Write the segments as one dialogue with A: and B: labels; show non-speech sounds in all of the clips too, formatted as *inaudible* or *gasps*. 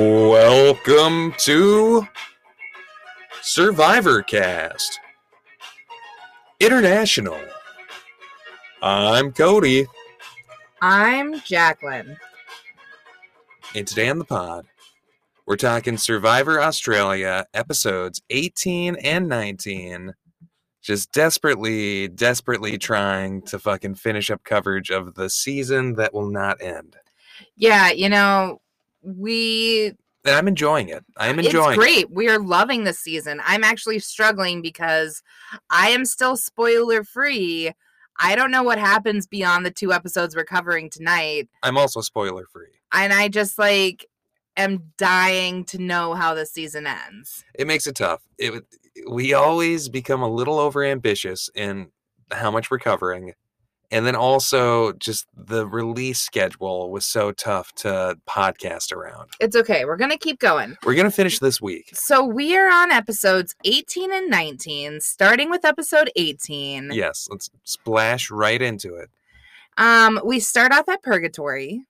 A: Welcome to Survivor Cast International. I'm Cody,
B: I'm Jacqueline.
A: and today on the pod, we're talking Survivor Australia episodes 18 and 19. Just desperately, desperately trying to fucking finish up coverage of the season that will not end.
B: Yeah, you know, we
A: And I'm enjoying it. I am enjoying it.
B: it's great. We are loving this season. I'm actually struggling because I am still spoiler free. I don't know what happens beyond the two episodes we're covering tonight,
A: I'm also spoiler free.
B: and I just like am dying to know how the season ends.
A: it makes it tough. It would- we always become a little overambitious in how much we're covering, and then also just the release schedule was so tough to podcast around.
B: It's okay. We're going to keep going.
A: We're gonna finish this week.
B: So, we are on episodes 18 and 19, starting with episode 18.
A: Yes, let's splash right into it.
B: Um, we start off at Purgatory.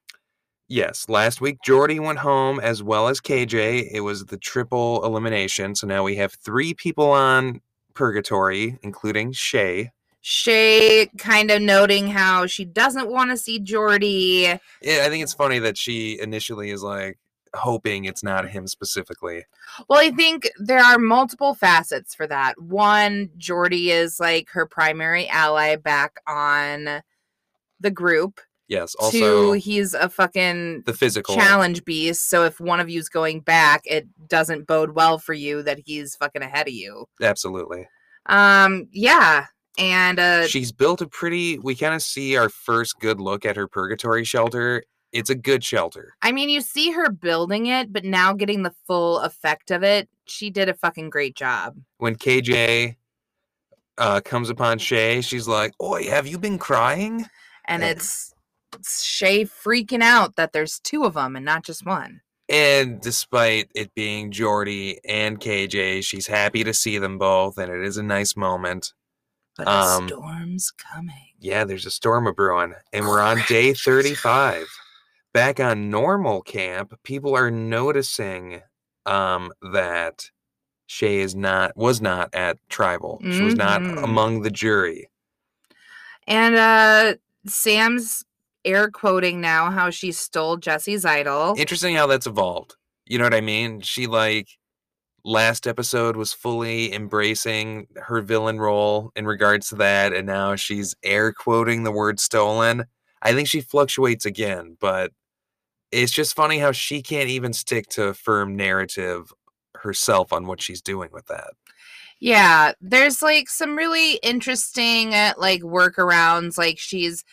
A: Yes, last week Jordy went home as well as KJ. It was the triple elimination, so now we have three people on purgatory, including Shay.
B: Shay kind of noting how she doesn't want to see Jordy.
A: Yeah, I think it's funny that she initially is like hoping it's not him specifically.
B: Well, I think there are multiple facets for that. One, Jordy is like her primary ally back on the group.
A: Yes. Also,
B: Two, he's a fucking
A: the physical
B: challenge beast. So if one of you's going back, it doesn't bode well for you that he's fucking ahead of you.
A: Absolutely.
B: Um, yeah. And uh
A: She's built a pretty. We kind of see our first good look at her purgatory shelter. It's a good shelter.
B: I mean, you see her building it, but now getting the full effect of it, she did a fucking great job.
A: When KJ uh, comes upon Shay, she's like, "Oi, have you been crying?"
B: and
A: Yep.
B: it's it's Shay freaking out that there's two of them and not just one.
A: And despite it being Jordy and KJ, she's happy to see them both, and it is a nice moment.
B: But
A: Um,
B: the storm's coming.
A: Yeah, there's a storm a brewing, and we're on day
B: Correct.
A: 35. Back on normal camp, people are noticing um that Shay is not was not at tribal. She was not
B: Mhm.
A: among the jury.
B: And uh Sam's air quoting now how she stole Jesse's idol.
A: Interesting how that's evolved. You know what I mean? She like last episode was fully embracing her villain role in regards to that and now she's air quoting the word stolen. I think she fluctuates again, but it's just funny how she can't even stick to a firm narrative herself on what she's doing with that.
B: yeah, there's like some really interesting uh, like workarounds. Like she's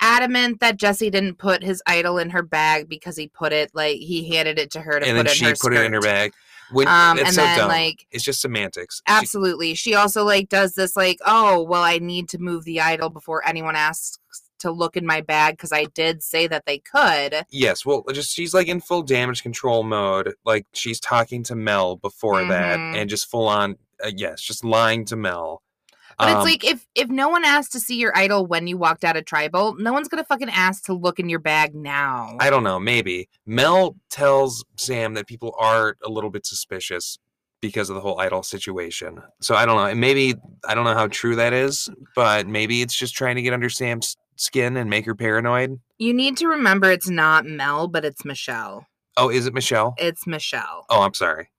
B: adamant that Jesse didn't put his idol in her bag because he put it like he handed it to her to
A: and
B: put
A: then
B: in
A: she
B: her
A: put it in her
B: skirt.
A: bag. When,
B: Um,
A: it's
B: and
A: so
B: then
A: dumb.
B: like
A: it's just semantics. She-
B: Absolutely. She also like does this like, oh, well, I need to move the idol before anyone asks to look in my bag because I did say that they could.
A: yes, well, uh, just she's like in full damage control mode. Like she's talking to Mel before that,
B: Mhm.
A: and just full on. Uh, yes, just lying to Mel.
B: But
A: Um,
B: it's like if if no one asked to see your idol when you walked out of tribal, no one's gonna fucking ask to look in your bag now.
A: I don't know. Maybe Mel tells Sam that people are a little bit suspicious because of the whole idol situation. So I don't know. And maybe I don't know how true that is, but maybe it's just trying to get under Sam's skin and make her paranoid.
B: you need to remember it's not Mel, but it's Michelle.
A: Oh, is it Michelle?
B: It's Michelle.
A: Oh, I'm sorry.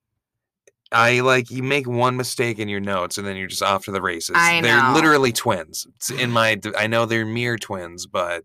A: I like you make one mistake in your notes and then you're just off to the races.
B: I
A: they're
B: know.
A: literally twins. It's in my d- I know they're mere twins,
B: *laughs*
A: but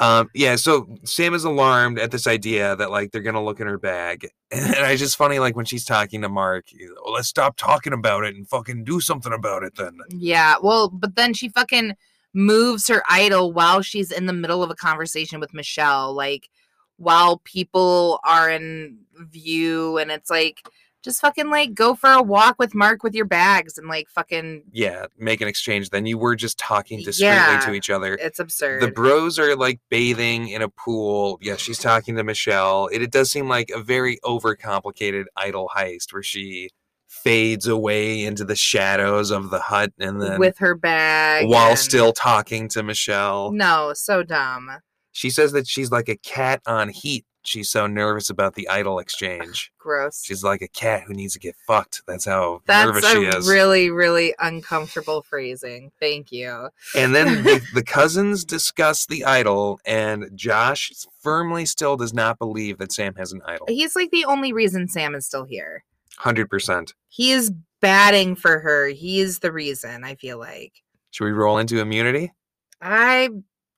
A: um yeah, so Sam is alarmed at this idea that like they're going to look in her bag. *laughs* And I just funny like when she's talking to Mark, you know, let's stop talking about it and fucking do something about it then.
B: Yeah. Well, but then she fucking moves her idol while she's in the middle of a conversation with Michelle, like while people are in view and it's like just fucking like go for a walk with Mark with your bags and like fucking
A: Yeah, make an exchange then. You were just talking discreetly
B: Yeah.
A: to each other.
B: it's absurd.
A: the bros are like bathing in a pool. Yeah, she's talking to Michelle. It, it does seem like a very overcomplicated idol heist where she fades away into the shadows of the hut and then
B: with her bag
A: while
B: and-
A: still talking to Michelle.
B: No, so dumb.
A: She says that she's like a cat on heat. She's so nervous about the idol
B: *sighs*
A: exchange.
B: Gross.
A: She's like a cat who needs to get fucked. That's how
B: That's
A: nervous she
B: a
A: is.
B: really, really uncomfortable phrasing. Thank you.
A: and
B: *laughs*
A: then the, the cousins discuss the idol, and Josh firmly still does not believe that Sam has an idol.
B: He's like the only reason Sam is still here.
A: 100%.
B: He is batting for her. He is the reason, I feel like.
A: Should we roll into immunity?
B: I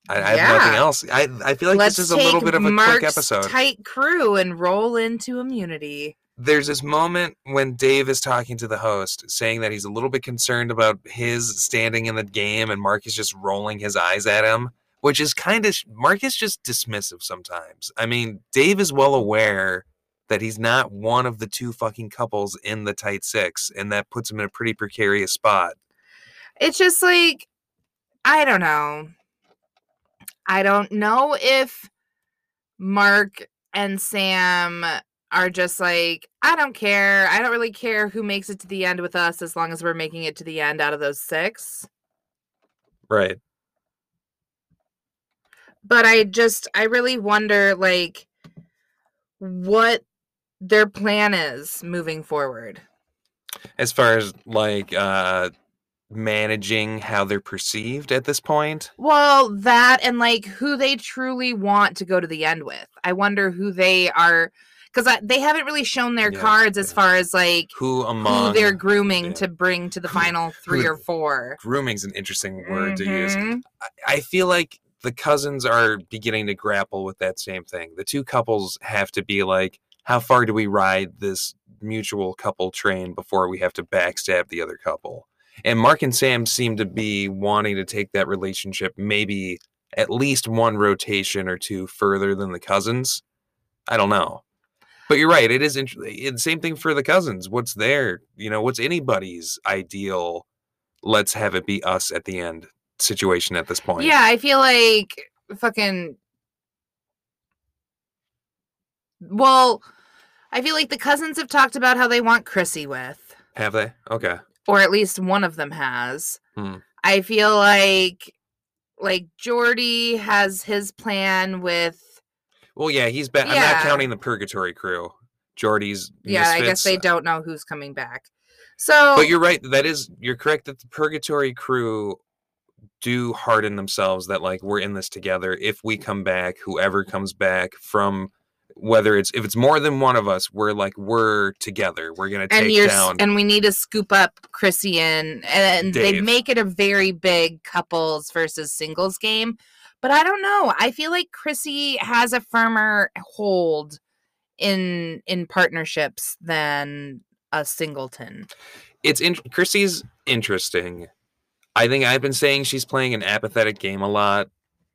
A: I, I have nothing
B: Yeah.
A: else. I, I feel like
B: let's
A: this is a
B: take
A: little bit of a
B: Mark's
A: quick episode.
B: tight crew and roll into immunity.
A: there's this moment when Dave is talking to the host, saying that he's a little bit concerned about his standing in the game, and Mark is just rolling his eyes at him, which is kind of Mark is just dismissive sometimes. I mean, Dave is well aware that he's not one of the two fucking couples in the tight six, and that puts him in a pretty precarious spot.
B: It's just like I don't know. I don't know if Mark and Sam are just like, I don't care. I don't really care who makes it to the end with us as long as we're making it to the end out of those six.
A: Right.
B: but I just I really wonder like what their plan is moving forward.
A: As far as like uh managing how they're perceived at this point.
B: Well, that and like who they truly want to go to the end with. I wonder who they are because they haven't really shown their
A: Yeah,
B: cards as
A: yeah.
B: far as like
A: Who among
B: who they're grooming
A: yeah.
B: to bring to the
A: Who-
B: final three
A: who-
B: or four.
A: grooming's an interesting word to use.
B: Mhm.
A: I- I feel like the cousins are beginning to grapple with that same thing. The two couples have to be like, how far do we ride this mutual couple train before we have to backstab the other couple? And Mark and Sam seem to be wanting to take that relationship maybe at least one rotation or two further than the cousins. I don't know. But you're right. It is interesting. It's same thing for the cousins. What's their, you know, what's anybody's ideal? Let's have it be us at the end situation at this point.
B: Yeah, I feel like fucking. Well, I feel like the cousins have talked about how they want Chrissy with,
A: Have they? Okay.
B: or at least one of them has.
A: Hmm.
B: I feel like, like Jordy has his plan with.
A: Well, yeah, he's back. I'm
B: Yeah.
A: not counting the Purgatory crew. Jordy's.
B: Yeah, I
A: misfits.
B: guess they don't know who's coming back. So
A: But you're right. That is, you're correct that the Purgatory crew do harden themselves that, like, we're in this together. If we come back, whoever comes back from whether it's, if it's more than one of us, we're like, we're together. We're going to
B: and
A: take
B: you're s-
A: down.
B: and we need to scoop up Chrissy and and they
A: Dave.
B: make it a very big couples versus singles game. But I don't know. I feel like Chrissy has a firmer hold in in partnerships than a singleton.
A: it's in- Chrissy's interesting. I think I've been saying she's playing an apathetic game a lot,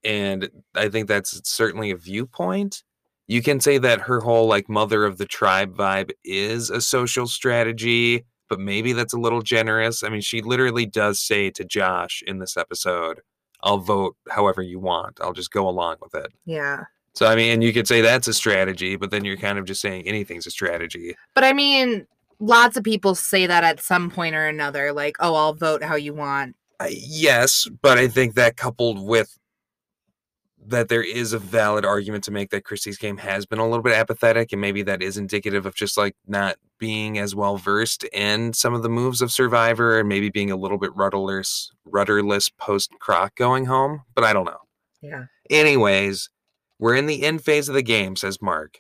A: and I think that's certainly a viewpoint. You can say that her whole like mother of the tribe vibe is a social strategy, but maybe that's a little generous. I mean, she literally does say to Josh in this episode, "I'll vote however you want. I'll just go along with it."
B: Yeah.
A: So I mean, and you could say that's a strategy, but then you're kind of just saying anything's a strategy.
B: But I mean, lots of people say that at some point or another like, "Oh, I'll vote how you want."
A: I- yes, but I think that coupled with that there is a valid argument to make that Christie's game has been a little bit apathetic, and maybe that is indicative of just like not being as well versed in some of the moves of Survivor, and maybe being a little bit rudderless, rudderless post Croc going home. But I don't know.
B: Yeah.
A: Anyways, we're in the end phase of the game, says Mark.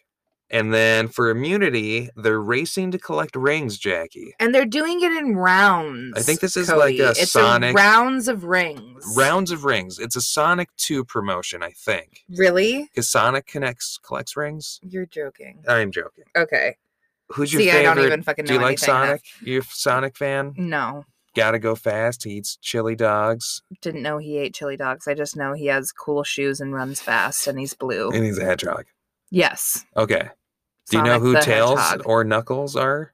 A: And then for immunity, they're racing to collect rings, Jackie.
B: And they're doing it in rounds.
A: this is like a
B: Cody. it's
A: Sonic-
B: rounds of rings.
A: Rounds of rings. It's a Sonic 2 promotion, I think.
B: Really?
A: Because Sonic connects collects rings.
B: You're joking.
A: I'm joking.
B: Okay.
A: Who's your
B: See, I
A: favorite?
B: don't even fucking know
A: Do you like
B: anything enough.
A: Sonic? You a Sonic fan?
B: No,
A: Gotta go fast. He eats chili dogs
B: didn't know he ate chili dogs. I just know he has cool shoes and runs fast, and he's blue.
A: and he's a hedgehog.
B: yes.
A: Okay. Do you know
B: Sonic
A: who
B: the
A: Tails
B: Hedgehog.
A: or Knuckles are?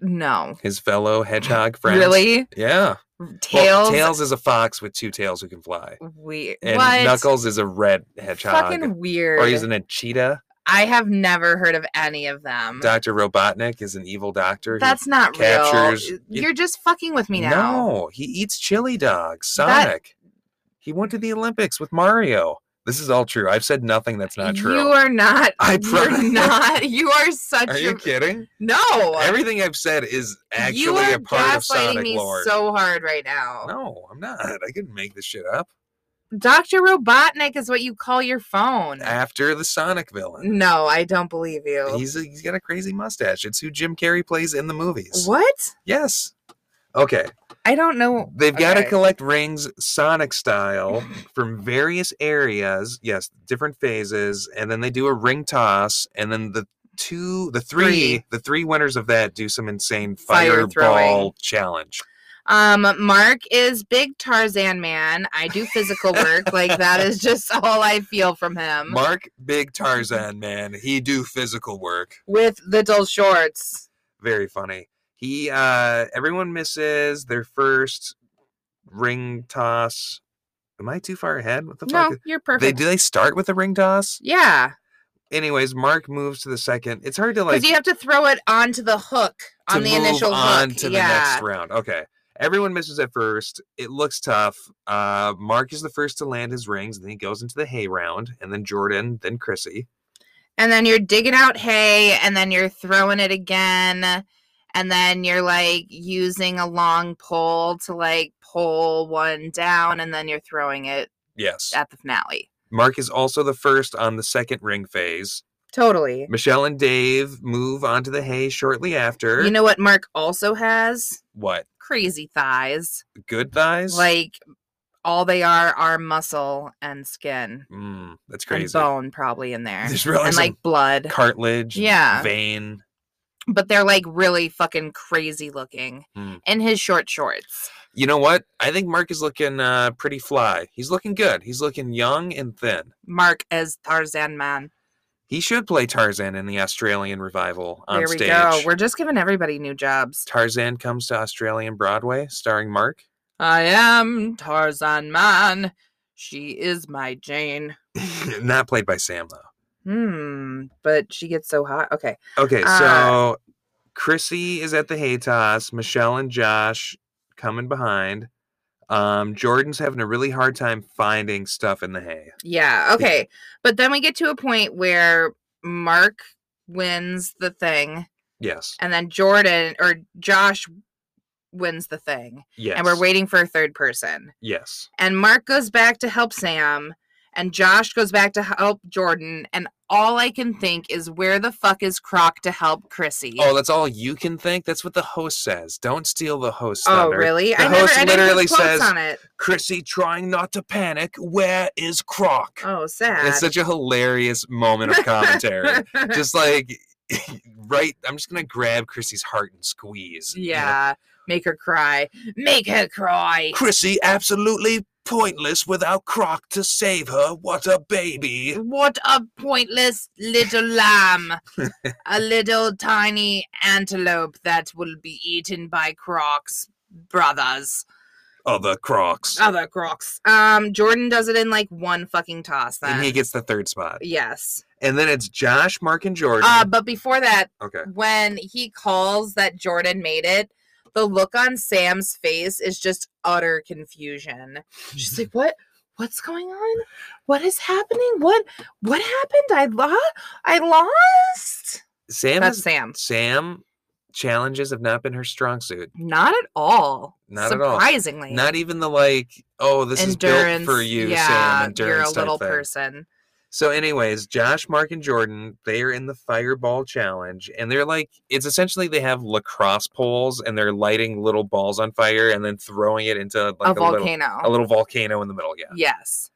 B: No.
A: His fellow
B: *laughs*
A: hedgehog friends.
B: Really?
A: Yeah.
B: Tails.
A: Well, Tails is a fox with two tails who can fly.
B: Weird.
A: And
B: what?
A: Knuckles is a red hedgehog.
B: Fucking weird.
A: or isn't it cheetah?
B: I have never heard of any of them.
A: Dr. Robotnik is an evil doctor. who-
B: Mm. That's not
A: captures-
B: real.
A: you-
B: You're just fucking with me now.
A: No, he eats chili dogs.
B: That-
A: Sonic. He went to the Olympics with Mario. This is all true. I've said nothing that's not true.
B: You are not.
A: I
B: You're
A: promise.
B: not. You
A: *laughs*
B: are such
A: Are
B: a
A: you kidding?
B: no.
A: Everything I've said is
B: you
A: actually
B: are
A: a part of
B: gaslighting
A: Sonic
B: me
A: lore.
B: so hard right now.
A: no, I'm not. I couldn't make this shit up.
B: Doctor Robotnik is what you call your phone.
A: After the Sonic villain,
B: no, I don't believe you.
A: he's a, he's got a crazy mustache. It's who Jim Carrey plays in the movies.
B: what?
A: Yes. Okay.
B: I don't know.
A: They've got to
B: Okay.
A: collect rings Sonic
B: *laughs*
A: style from various areas. Yes, different phases, and then they do a ring toss, and then the two, the three,
B: Three.
A: the three winners of that do some insane
B: Fire throwing.
A: fireball challenge.
B: Um, Mark is big Tarzan man. I do physical work. like that is just *laughs* all I feel from him.
A: Mark,
B: *laughs*
A: big Tarzan man, he do physical work.
B: with little shorts.
A: Very funny. He, uh, everyone misses their first ring toss. Am I too far ahead? What the
B: No,
A: fuck?
B: you're
A: They
B: perfect.
A: do they start with a ring toss?
B: yeah.
A: anyways, Mark moves to the second. It's hard to
B: Because
A: like
B: you have to throw it onto the hook
A: to
B: on the
A: move
B: initial
A: on
B: hook.
A: to the
B: yeah.
A: next round. Okay. Everyone misses at first. It looks tough. Uh, Mark is the first to land his rings, and then he goes into the hay round, and then Jordan, then Chrissy.
B: and then you're digging out hay, and then you're throwing it again, and then you're like using a long pole to like pull one down, and then you're throwing it
A: Yes.
B: at the finale.
A: Mark is also the first on the second ring phase.
B: Totally.
A: Michelle and Dave move onto the hay shortly after.
B: You know what Mark also has?
A: what?
B: Crazy thighs.
A: Good thighs?
B: Like all they are are muscle and skin
A: Mm, that's crazy.
B: and bone probably in there.
A: *laughs* There's really
B: and
A: some
B: like blood.
A: cartilage, and
B: Yeah.
A: vein.
B: but they're like really fucking crazy looking
A: Mm.
B: in his short shorts.
A: You know what? I think Mark is looking uh, pretty fly. He's looking good. He's looking young and thin.
B: Mark as Tarzan man.
A: He should play Tarzan in the Australian revival on
B: There we
A: stage.
B: go. We're just giving everybody new jobs.
A: Tarzan comes to Australian Broadway, starring Mark. *laughs*
B: I am Tarzan man. She is my Jane.
A: Not played by Sam though.
B: Hmm. But she gets so hot. Okay.
A: Okay,
B: Uh,
A: so Chrissy is at the hay toss. Michelle and Josh coming behind. Um, Jordan's having a really hard time finding stuff in the hay.
B: Yeah. Okay. But then we get to a point where Mark wins the thing,
A: Yes.
B: and then Jordan or Josh wins the thing,
A: Yes.
B: and we're waiting for a third person.
A: Yes.
B: and Mark goes back to help Sam, and Josh goes back to help Jordan, and all I can think is where the fuck is Croc to help Chrissy?
A: Oh, that's all you can think? That's what the host says. Don't steal the host's
B: Oh,
A: thunder.
B: really?
A: The
B: I never
A: host
B: I
A: literally
B: literally quotes
A: says-
B: on it.
A: Chrissy trying not to panic. Where is Croc?
B: Oh, sad.
A: It's such a hilarious moment of commentary. just like *laughs* right, I'm just gonna grab Chrissy's heart and squeeze. you know?
B: *laughs* yeah, make her cry. Make her cry.
A: Chrissy absolutely pointless without Croc to save her. What a baby.
B: What a pointless little *laughs* lamb. a little tiny antelope that will be eaten by Croc's brothers.
A: Other Oh, Crocs.
B: other crocs. Um, Jordan does it in like one fucking toss. Then
A: and he gets the third spot.
B: yes.
A: And then it's Josh, Mark, and Jordan.
B: Uh, but before that, *laughs*
A: okay.
B: when he calls that Jordan made it, the look on Sam's face is just utter confusion. She's like, "What? What's going on? What is happening? What? What happened? I lost. I lost."
A: Sam
B: That's
A: has,
B: Sam.
A: Sam challenges have not been her strong suit.
B: Not at all.
A: Not at all.
B: surprisingly.
A: Not even the like, oh, this is built for you, Sam. Endurance
B: you're a
A: type
B: little
A: thing.
B: person.
A: So, anyways, Josh, Mark, and Jordan, they are in the fireball challenge, and they're like, it's essentially they have lacrosse poles and they're lighting little balls on fire and then throwing it into like a,
B: a
A: little
B: volcano.
A: a little volcano in the middle. Yeah.
B: Yes.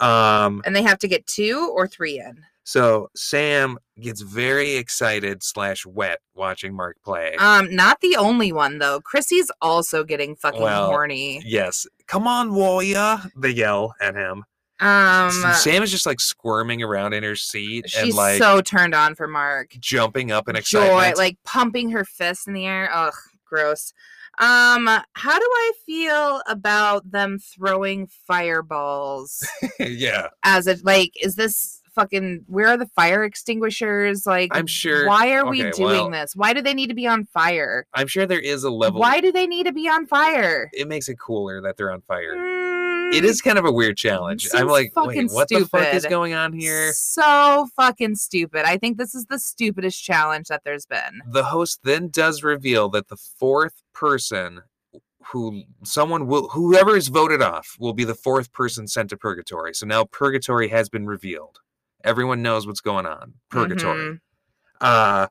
A: Um.
B: and they have to get two or three in.
A: So Sam gets very excited slash wet watching Mark play.
B: Um, not the only one though. Chrissy's also getting fucking
A: Well,
B: horny.
A: yes, come on, warrior! They yell at him.
B: Um,
A: S- Sam is just like squirming around in her seat and
B: she's
A: like
B: so turned on for Mark.
A: jumping up in
B: Joy,
A: excitement.
B: like pumping her fist in the air. Ugh, gross. Um, how do I feel about them throwing fireballs
A: *laughs* yeah.
B: as a like? Is this fucking where are the fire extinguishers? Like
A: I'm sure-
B: Why are we
A: okay,
B: doing
A: well-
B: this? Why do they need to be on fire?
A: I'm sure there is a level.
B: Why do they need to be on fire? Mm,
A: It makes it cooler that they're on fire. It is kind of a weird challenge. I'm
B: seems
A: like,
B: fucking
A: wait, what the fuck is
B: stupid.
A: going on here?
B: so fucking stupid. I think this is the stupidest challenge that there's been.
A: The host then does reveal that the fourth person who someone will whoever is voted off will be the fourth person sent to purgatory. So now purgatory has been revealed. Everyone knows what's going on. Purgatory.
B: Mhm.
A: uh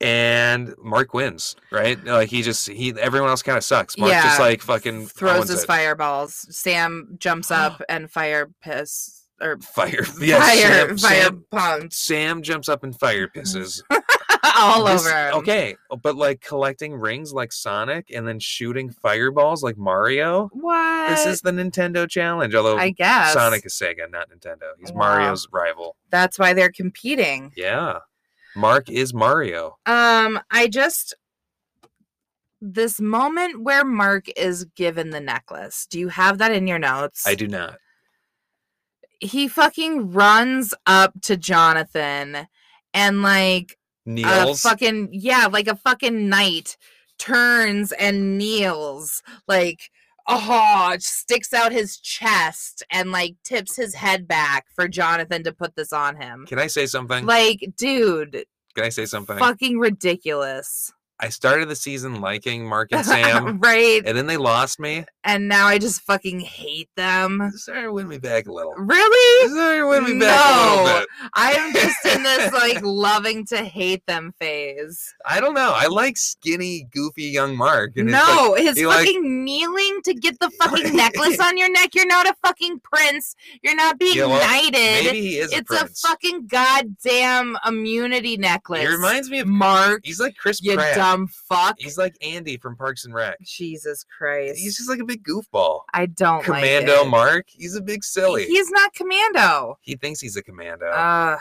A: and mark wins right uh, he just he everyone else kind of sucks mark just
B: Yeah,
A: like fucking
B: throws
A: owns
B: his
A: it.
B: fireballs. Sam
A: *gasps*
B: jumps up and fire piss or
A: fire *laughs* yeah
B: fire
A: sam,
B: fire
A: sam,
B: punks
A: Sam jumps up and fire pisses
B: *laughs* all
A: This-
B: over him.
A: okay but like collecting rings like sonic and then shooting fireballs like mario
B: What?
A: this is the nintendo challenge although
B: I guess
A: sonic is sega not nintendo he's
B: Wow.
A: mario's rival
B: that's why they're competing.
A: yeah mark is mario
B: Um, I just this moment where Mark is given the necklace. Do you have that in your notes?
A: i do not
B: Uh, He fucking runs up to Jonathan and like
A: kneels
B: a fucking yeah, like a fucking knight turns and kneels like oh sticks out his chest and like tips his head back for Jonathan to put this on him.
A: can i say something
B: Like, dude,
A: can i say something
B: fucking ridiculous.
A: I started the season liking Mark and
B: *laughs*
A: Sam,
B: right.
A: and then they lost me.
B: And now I just fucking hate them.
A: Sorry, win me back a little.
B: Really?
A: Sorry, win me back a little
B: No.
A: bit.
B: I'm just
A: *laughs*
B: in this like loving to hate them phase.
A: I don't know. I like skinny, goofy young Mark. it's like-
B: no, his
A: he, like-
B: fucking kneeling to get the fucking necklace on your neck. You're not a fucking prince. You're not being
A: Yeah, well,
B: knighted.
A: maybe he is
B: it's
A: a
B: a,
A: prince.
B: fucking goddamn immunity necklace.
A: He reminds me of
B: Mark,
A: He's like Chris
B: you
A: Pratt.
B: dumb fuck.
A: He's like Andy from Parks and Rec.
B: Jesus Christ.
A: He's just like a big goofball.
B: I don't
A: Commando
B: like it.
A: Mark. He's a big silly.
B: He's not commando.
A: he thinks he's a commando.
B: Ugh,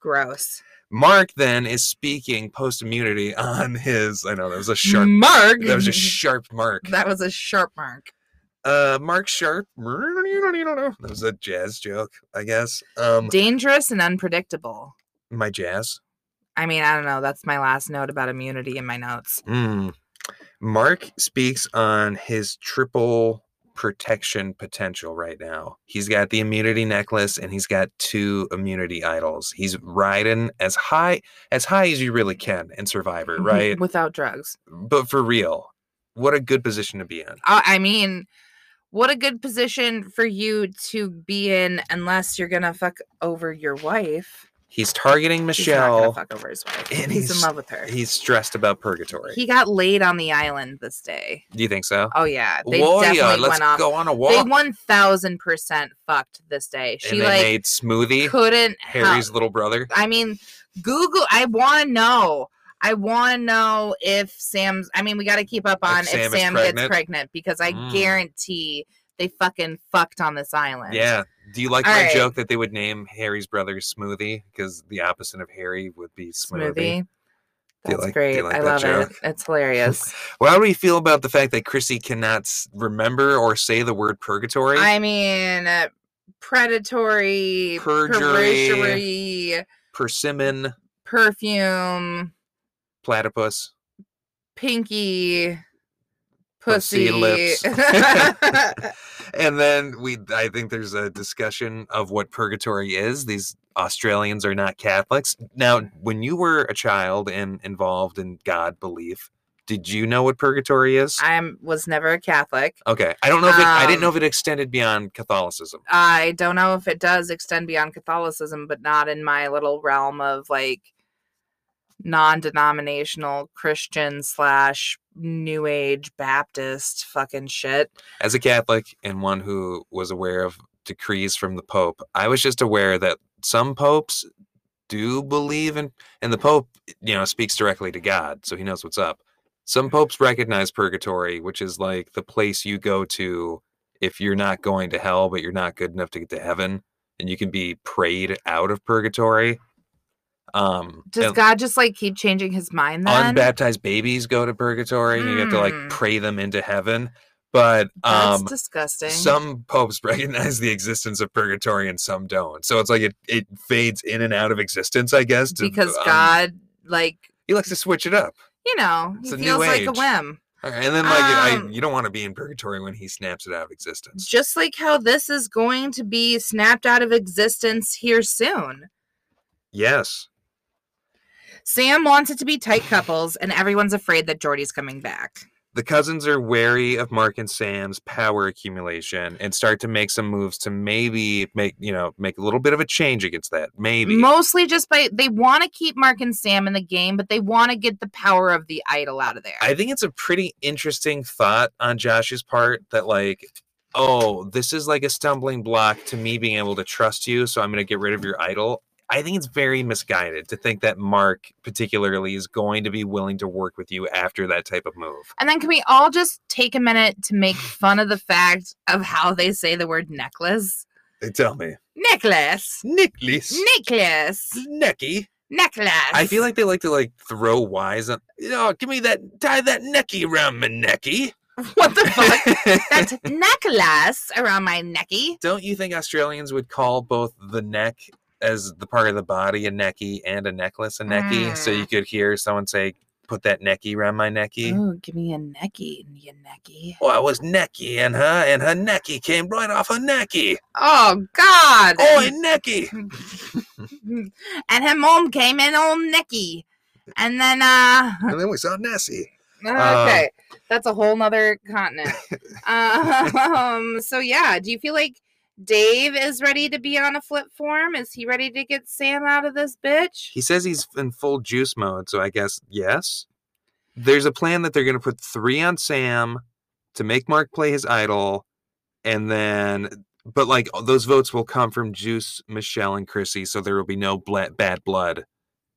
B: gross.
A: Mark then is speaking post immunity on his. I know that was a sharp.
B: mark.
A: That was a sharp mark.
B: *laughs* That was a sharp mark.
A: uh mark sharp that was a jazz joke i guess um
B: Dangerous and unpredictable.
A: my jazz
B: I mean, I don't know. That's my last note about immunity in my notes.
A: Hmm. mark speaks on his triple protection potential right now he's got the immunity necklace and he's got two immunity idols he's riding as high as high as you really can in
B: *laughs*
A: survivor *laughs* right
B: Without drugs.
A: but for real what a good position to be in
B: I I mean, what a good position for you to be in, unless you're gonna fuck over your wife.
A: he's targeting
B: He's not gonna
A: michelle
B: fuck over his wife.
A: and
B: he's,
A: he's-
B: in love with her.
A: he's stressed about purgatory
B: He got laid on the island this day.
A: do you think so
B: Oh yeah, they
A: Warrior,
B: definitely
A: let's
B: went off.
A: go on a
B: They
A: walk.
B: one thousand percent fucked this day. She
A: and they
B: like
A: made smoothie
B: couldn't help.
A: harry's little brother
B: I mean, Google. I want to know. I want to know if Sam's. I mean, we got to keep up on if
A: Sam
B: Sam,
A: is
B: gets
A: pregnant?
B: pregnant because I
A: Mm.
B: guarantee they fucking fucked on this island.
A: yeah do you like
B: All
A: my
B: right.
A: joke that they would name harry's brother smoothie because the opposite of harry would be smoothie,
B: smoothie.
A: Do you
B: That's
A: like- do you
B: great.
A: like
B: I
A: that
B: love
A: joke?
B: it.
A: *laughs*
B: It's hilarious.
A: Well, how do we feel about the fact that chrissy cannot s- remember or say the word purgatory
B: I mean, uh, predatory,
A: Perjury.
B: perjury,
A: persimmon
B: perfume,
A: platypus
B: pinky,
A: Pussy
B: pussy. *laughs*
A: lips. *laughs* and then we i think there's a discussion of what purgatory is these australians are not catholics now when you were a child and involved in god belief did you know what purgatory is
B: I am was never a Catholic.
A: Okay, I don't know. If it, I didn't know
B: Um,
A: if it extended beyond Catholicism.
B: I don't know if it does extend beyond Catholicism, but not in my little realm of like non-denominational Christian slash New Age Baptist fucking shit.
A: As a Catholic and one who was aware of decrees from the Pope, I was just aware that some popes do believe in, and the Pope, you know, speaks directly to God, so he knows what's up. Some popes recognize purgatory, which is like the place you go to if you're not going to hell, but you're not good enough to get to heaven, and you can be prayed out of purgatory. Um,
B: Does
A: and-
B: God just like keep changing his mind then?
A: unbaptized babies go to purgatory and you have to like
B: Hmm.
A: pray them into heaven But
B: That's
A: um,
B: disgusting.
A: some popes *laughs* recognize the existence of purgatory and some don't. So it's like it, it fades in and out of existence, I guess. to-
B: because
A: um,
B: God, like
A: he likes to switch it up.
B: you know, he
A: It's a new
B: feels like a
A: age.
B: whim.
A: All right, and then like I,
B: Um,
A: you don't want to be in purgatory when he snaps it out of existence.
B: Just like how this is going to be snapped out of existence here soon.
A: Yes.
B: Sam wants it to be tight couples, and everyone's afraid that Jordy's coming back.
A: The cousins are wary of Mark and Sam's power accumulation and start to make some moves to maybe make, you know, make a little bit of a change against that. Maybe.
B: Mostly just by they want to keep Mark and Sam in the game, but they want to get the power of the idol out of there.
A: I think it's a pretty interesting thought on Josh's part that like, oh, this is like a stumbling block to me being able to trust you, so I'm going to get rid of your idol. I think it's very misguided to think that Mark particularly is going to be willing to work with you after that type of move.
B: and then can we all just take a minute to make fun of the fact of how they say the word necklace?
A: Tell me.
B: Necklace.
A: Nicholas.
B: Necklace.
A: Necky.
B: Necklace.
A: I feel like they like to like throw Y's on. Oh, give me that. Tie that necky around my *laughs* necky.
B: what the fuck? That's necklace around my necky.
A: Don't you think Australians would call both the neck as the part of the body a necky and a necklace a necky? So
B: Mm.
A: you could hear someone say, put that necky around my necky.
B: Oh, give me a necky, you necky.
A: Oh, I was necky and her, and her necky came right off her necky.
B: Oh God.
A: Oi, necky.
B: and her mom came in all necky. And then uh
A: And then we saw Nessie. Uh,
B: okay. That's a whole nother
A: *laughs*
B: continent. um so yeah, do you feel like Dave is ready to be on a flip form? Is he ready to get Sam out of this bitch?
A: He says he's in full juice mode, so I guess yes. There's a plan that they're going to put three on Sam to make Mark play his idol, and then, but like those votes will come from Juice, Michelle, and Chrissy, so there will be no bla- bad blood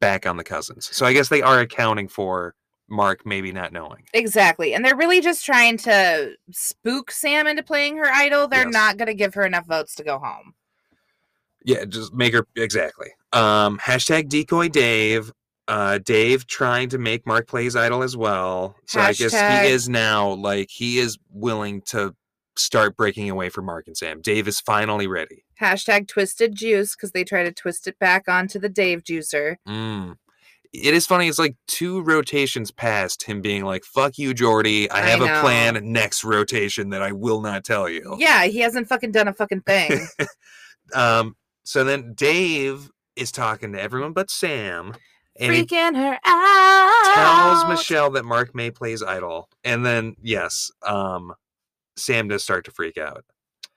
A: back on the cousins. So I guess they are accounting for Mark maybe not knowing.
B: Exactly. And they're really just trying to spook Sam into playing her idol. They're
A: Yes.
B: not going to give her enough votes to go home.
A: Yeah, just make her exactly. Um, hashtag decoy Dave. Uh, Dave trying to make Mark play his idol as well. So I guess
B: Hashtag-
A: he is now like he is willing to start breaking away from Mark and Sam. Dave is finally ready.
B: Hashtag twisted juice because they try to twist it back onto the Dave juicer.
A: Mm. It is funny. It's like two rotations past him being like, "Fuck you, Jordy. I
B: I
A: have a
B: know.
A: plan next rotation that I will not tell you."
B: Yeah, he hasn't fucking done a fucking thing.
A: Um. So then Dave is talking to everyone but Sam, *laughs* and he
B: Freaking her out.
A: tells Michelle that Mark May plays idol, and then yes, um, Sam does start to freak out.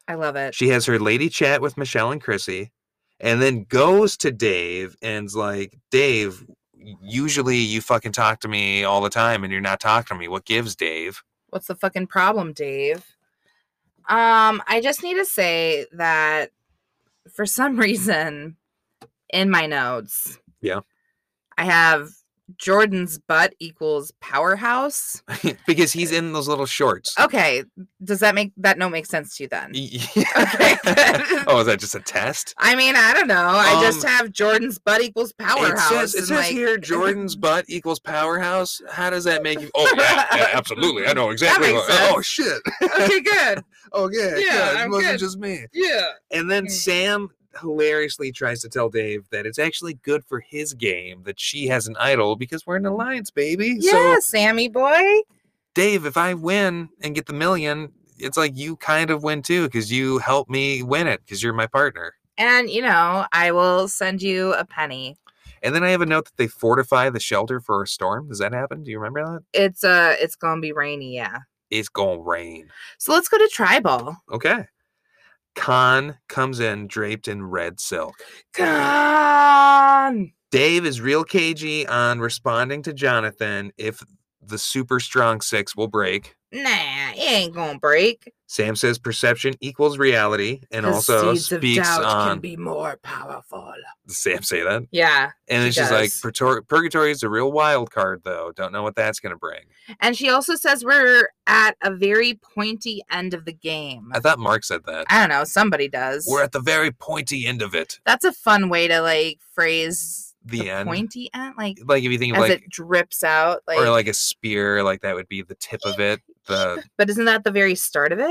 B: I love it.
A: She has her lady chat with Michelle and Chrissy, and then goes to Dave and's like, "Dave, usually you fucking talk to me all the time, and you're not talking to me. What gives, Dave?" *laughs*
B: What's the fucking problem, Dave? Um, I just need to say that for some *laughs* reason in my notes,
A: Yeah.
B: I have Jordan's butt equals
A: *laughs*
B: powerhouse.
A: because he's in those little shorts. *laughs*
B: Okay, does that make that note make sense to you then?
A: Okay.
B: good.
A: *laughs* oh, is that just a test?
B: I mean, I don't know. I just
A: Um,
B: have Jordan's butt equals
A: It
B: powerhouse.
A: says, it
B: and,
A: says
B: like,
A: here Jordan's butt equals powerhouse. How does that make you? Oh, yeah, yeah, absolutely. I know exactly.
B: makes
A: what- oh
B: sense.
A: shit.
B: *laughs*
A: *laughs*
B: okay, good.
A: Oh yeah,
B: Yeah,
A: yeah, it
B: I'm
A: wasn't
B: good.
A: just me.
B: Yeah.
A: And then
B: Mm.
A: Sam hilariously tries to tell Dave that it's actually good for his game that she has an idol because we're an alliance, baby.
B: Yeah,
A: So
B: Sammy boy.
A: Dave, if I win and get the million, it's like you kind of win too because you help me win it because you're my partner.
B: And, you know, I will send you a penny.
A: And then I have a note that they fortify the shelter for a storm. Does that happen? Do you remember that?
B: It's uh it's gonna be rainy, yeah.
A: It's gonna rain.
B: So let's go to tribal.
A: Okay. Khan comes in draped in red silk.
B: Gone.
A: Dave is real cagey on responding to Jonathan if the super strong six will break.
B: Nah, it ain't gonna break.
A: Sam says perception equals reality and also speaks on.
B: be more powerful.
A: Does Sam say that?
B: Yeah.
A: And
B: He
A: it's just like
B: does.
A: "Purtor- purgatory is a real wild card, though. Don't know what that's going to bring.
B: And she also says we're at a very pointy end of the game.
A: I thought Mark said that.
B: I don't know, somebody does.
A: We're at the very pointy end of it.
B: That's a fun way to like phrase
A: the, end.
B: pointy end, like
A: Like if you think
B: as
A: of like
B: it drips out. Like,
A: or like a spear, like that would be the tip of it.
B: *laughs*
A: The
B: but isn't that the very start of it?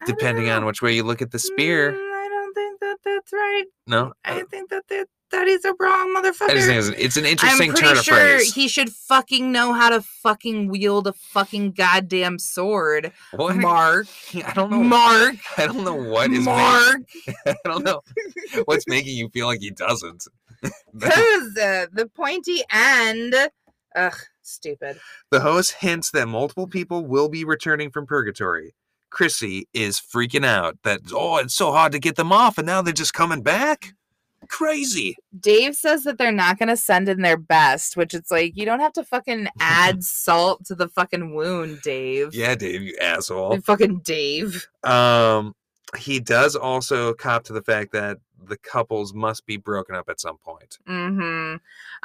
B: I don't
A: depending on
B: know.
A: which way you look at the
B: Mm,
A: spear.
B: I don't think that that's right.
A: No,
B: I
A: I,
B: think that that, that is a wrong motherfucker.
A: I just think it's an, it's an interesting
B: I'm pretty
A: turn of
B: sure
A: phrase.
B: he should fucking know how to fucking wield a fucking goddamn sword.
A: What?
B: Mark,
A: *laughs* I don't know.
B: Oh. Mark,
A: I don't know what is.
B: Mark.
A: *laughs* Making, I don't know what's making you feel like he doesn't. *laughs*
B: Because uh, the pointy end. Ugh, stupid.
A: The host hints that multiple people will be returning from purgatory. Chrissy is freaking out that, oh, it's so hard to get them off, and now they're just coming back? Crazy.
B: Dave says that they're not going to send in their best, which it's like, you don't have
A: *laughs*
B: to fucking add salt to the fucking wound, Dave.
A: Yeah, Dave, you
B: You
A: asshole.
B: Fucking Dave.
A: Um, he does also cop to the fact that the couples must be broken up at some point.
B: Mm-hmm.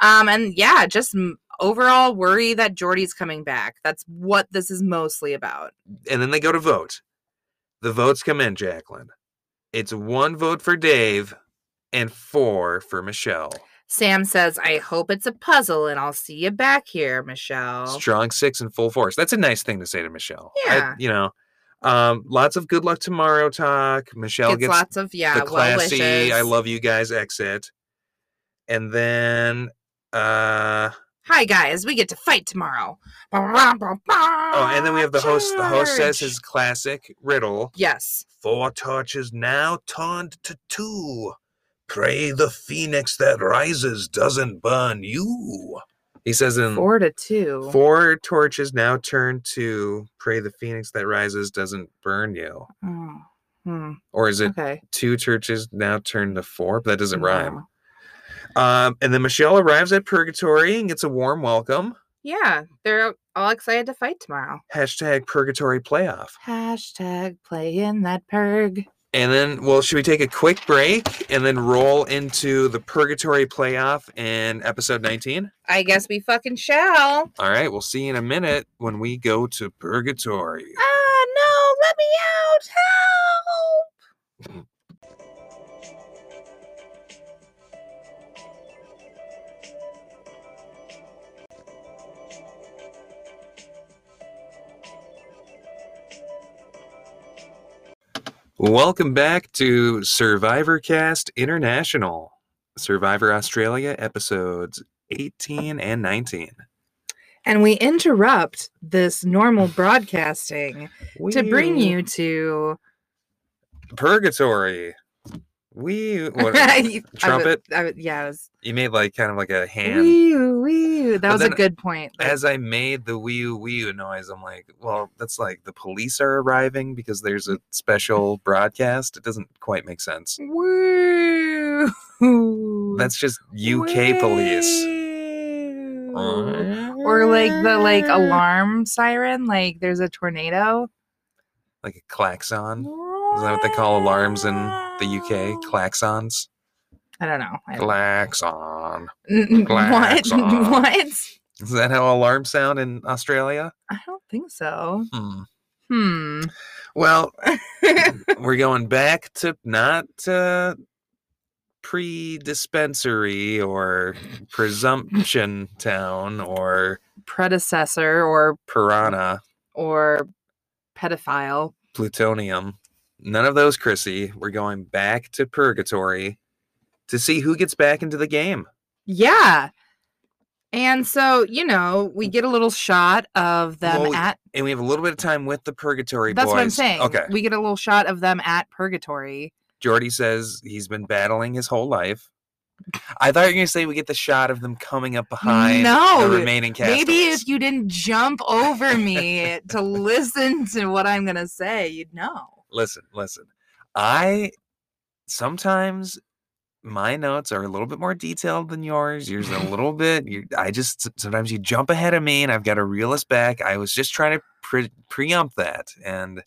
B: Um, and yeah, just m- overall worry that Jordy's coming back. That's what this is mostly about.
A: And then they go to vote. The votes come in, Jacqueline. It's one vote for Dave and four for Michelle.
B: Sam says, I hope it's a puzzle and I'll see you back here, Michelle.
A: strong six in full force. That's a nice thing to say to Michelle. I-
B: Yeah.
A: you know, um, lots of good luck tomorrow talk. Michelle
B: Gets
A: gets,
B: lots of, yeah,
A: the
B: well
A: classy
B: wishes.
A: I love you guys exit. And then uh
B: Hi guys, we get to fight tomorrow. Oh,
A: oh, and then we have the host. The host says his classic riddle.
B: Yes.
A: Four torches now turned to two. Pray the phoenix that rises doesn't burn you. He says in
B: Four to two.
A: Hmm. Four torches now turn to pray the phoenix that rises doesn't burn you.
B: Oh, hmm,
A: Or is it
B: okay.
A: two churches now turn to four? But that doesn't rhyme.
B: No.
A: Um, and then Michelle arrives at Purgatory and gets a warm welcome.
B: Yeah, they're all excited to fight tomorrow.
A: Hashtag Purgatory Playoff.
B: Hashtag playing that perg.
A: And then, well, should we take a quick break and then roll into the Purgatory Playoff in episode 19?
B: I guess we fucking shall.
A: All right, we'll see you in a minute when we go to Purgatory.
B: Ah, no, let me out. Help!
A: Welcome back to Survivor Cast International, Survivor Australia episodes 18 and 19.
B: And we interrupt this
A: *laughs*
B: normal broadcasting to bring
A: Wee-
B: you to
A: Purgatory. We
B: *laughs* I
A: what,
B: was-
A: trumpet.
B: I was- yeah, it was
A: You made like kind of like a hand.
B: wee wee. That
A: But
B: was
A: then
B: a good point. like,
A: As I made the wee oo wee oo noise, I'm like, well, that's like the police are arriving because there's a special broadcast. It doesn't quite make sense.
B: woo.
A: That's just UK police.
B: Woo. Or like the like alarm siren, like there's a tornado.
A: Like a klaxon.
B: Is
A: Is that what they call alarms in the UK? Klaxons?
B: I don't know. I-
A: Klaxon.
B: N- n-
A: clacks
B: *laughs* what?
A: on.
B: *laughs* what?
A: Is that how alarms sound in Australia?
B: I don't think so.
A: Hmm.
B: Hmm. *laughs*
A: Well, we're going back to not uh, pre dispensary or presumption town or
B: Predecessor or
A: piranha,
B: or pedophile.
A: plutonium. None of those, Chrissy. We're going back to purgatory to see who gets back into the game.
B: Yeah. And so, you know, we get a little shot of them
A: Well,
B: at
A: And we have a little bit of time with the purgatory
B: That's
A: boys.
B: what I'm saying.
A: Okay.
B: We get a little shot of them at Purgatory.
A: Jordy says he's been battling his whole life. I thought you were going to say we get the shot of them coming up behind
B: No,
A: the remaining castaways.
B: Maybe if you didn't jump
A: *laughs*
B: over me to listen to what I'm going to say, you'd know.
A: listen, listen. I sometimes my notes are a little bit more detailed than yours. Yours are a
B: *laughs*
A: little bit. You, I just sometimes you jump ahead of me, and I've got to reel us back. I was just trying to pre- preempt that, and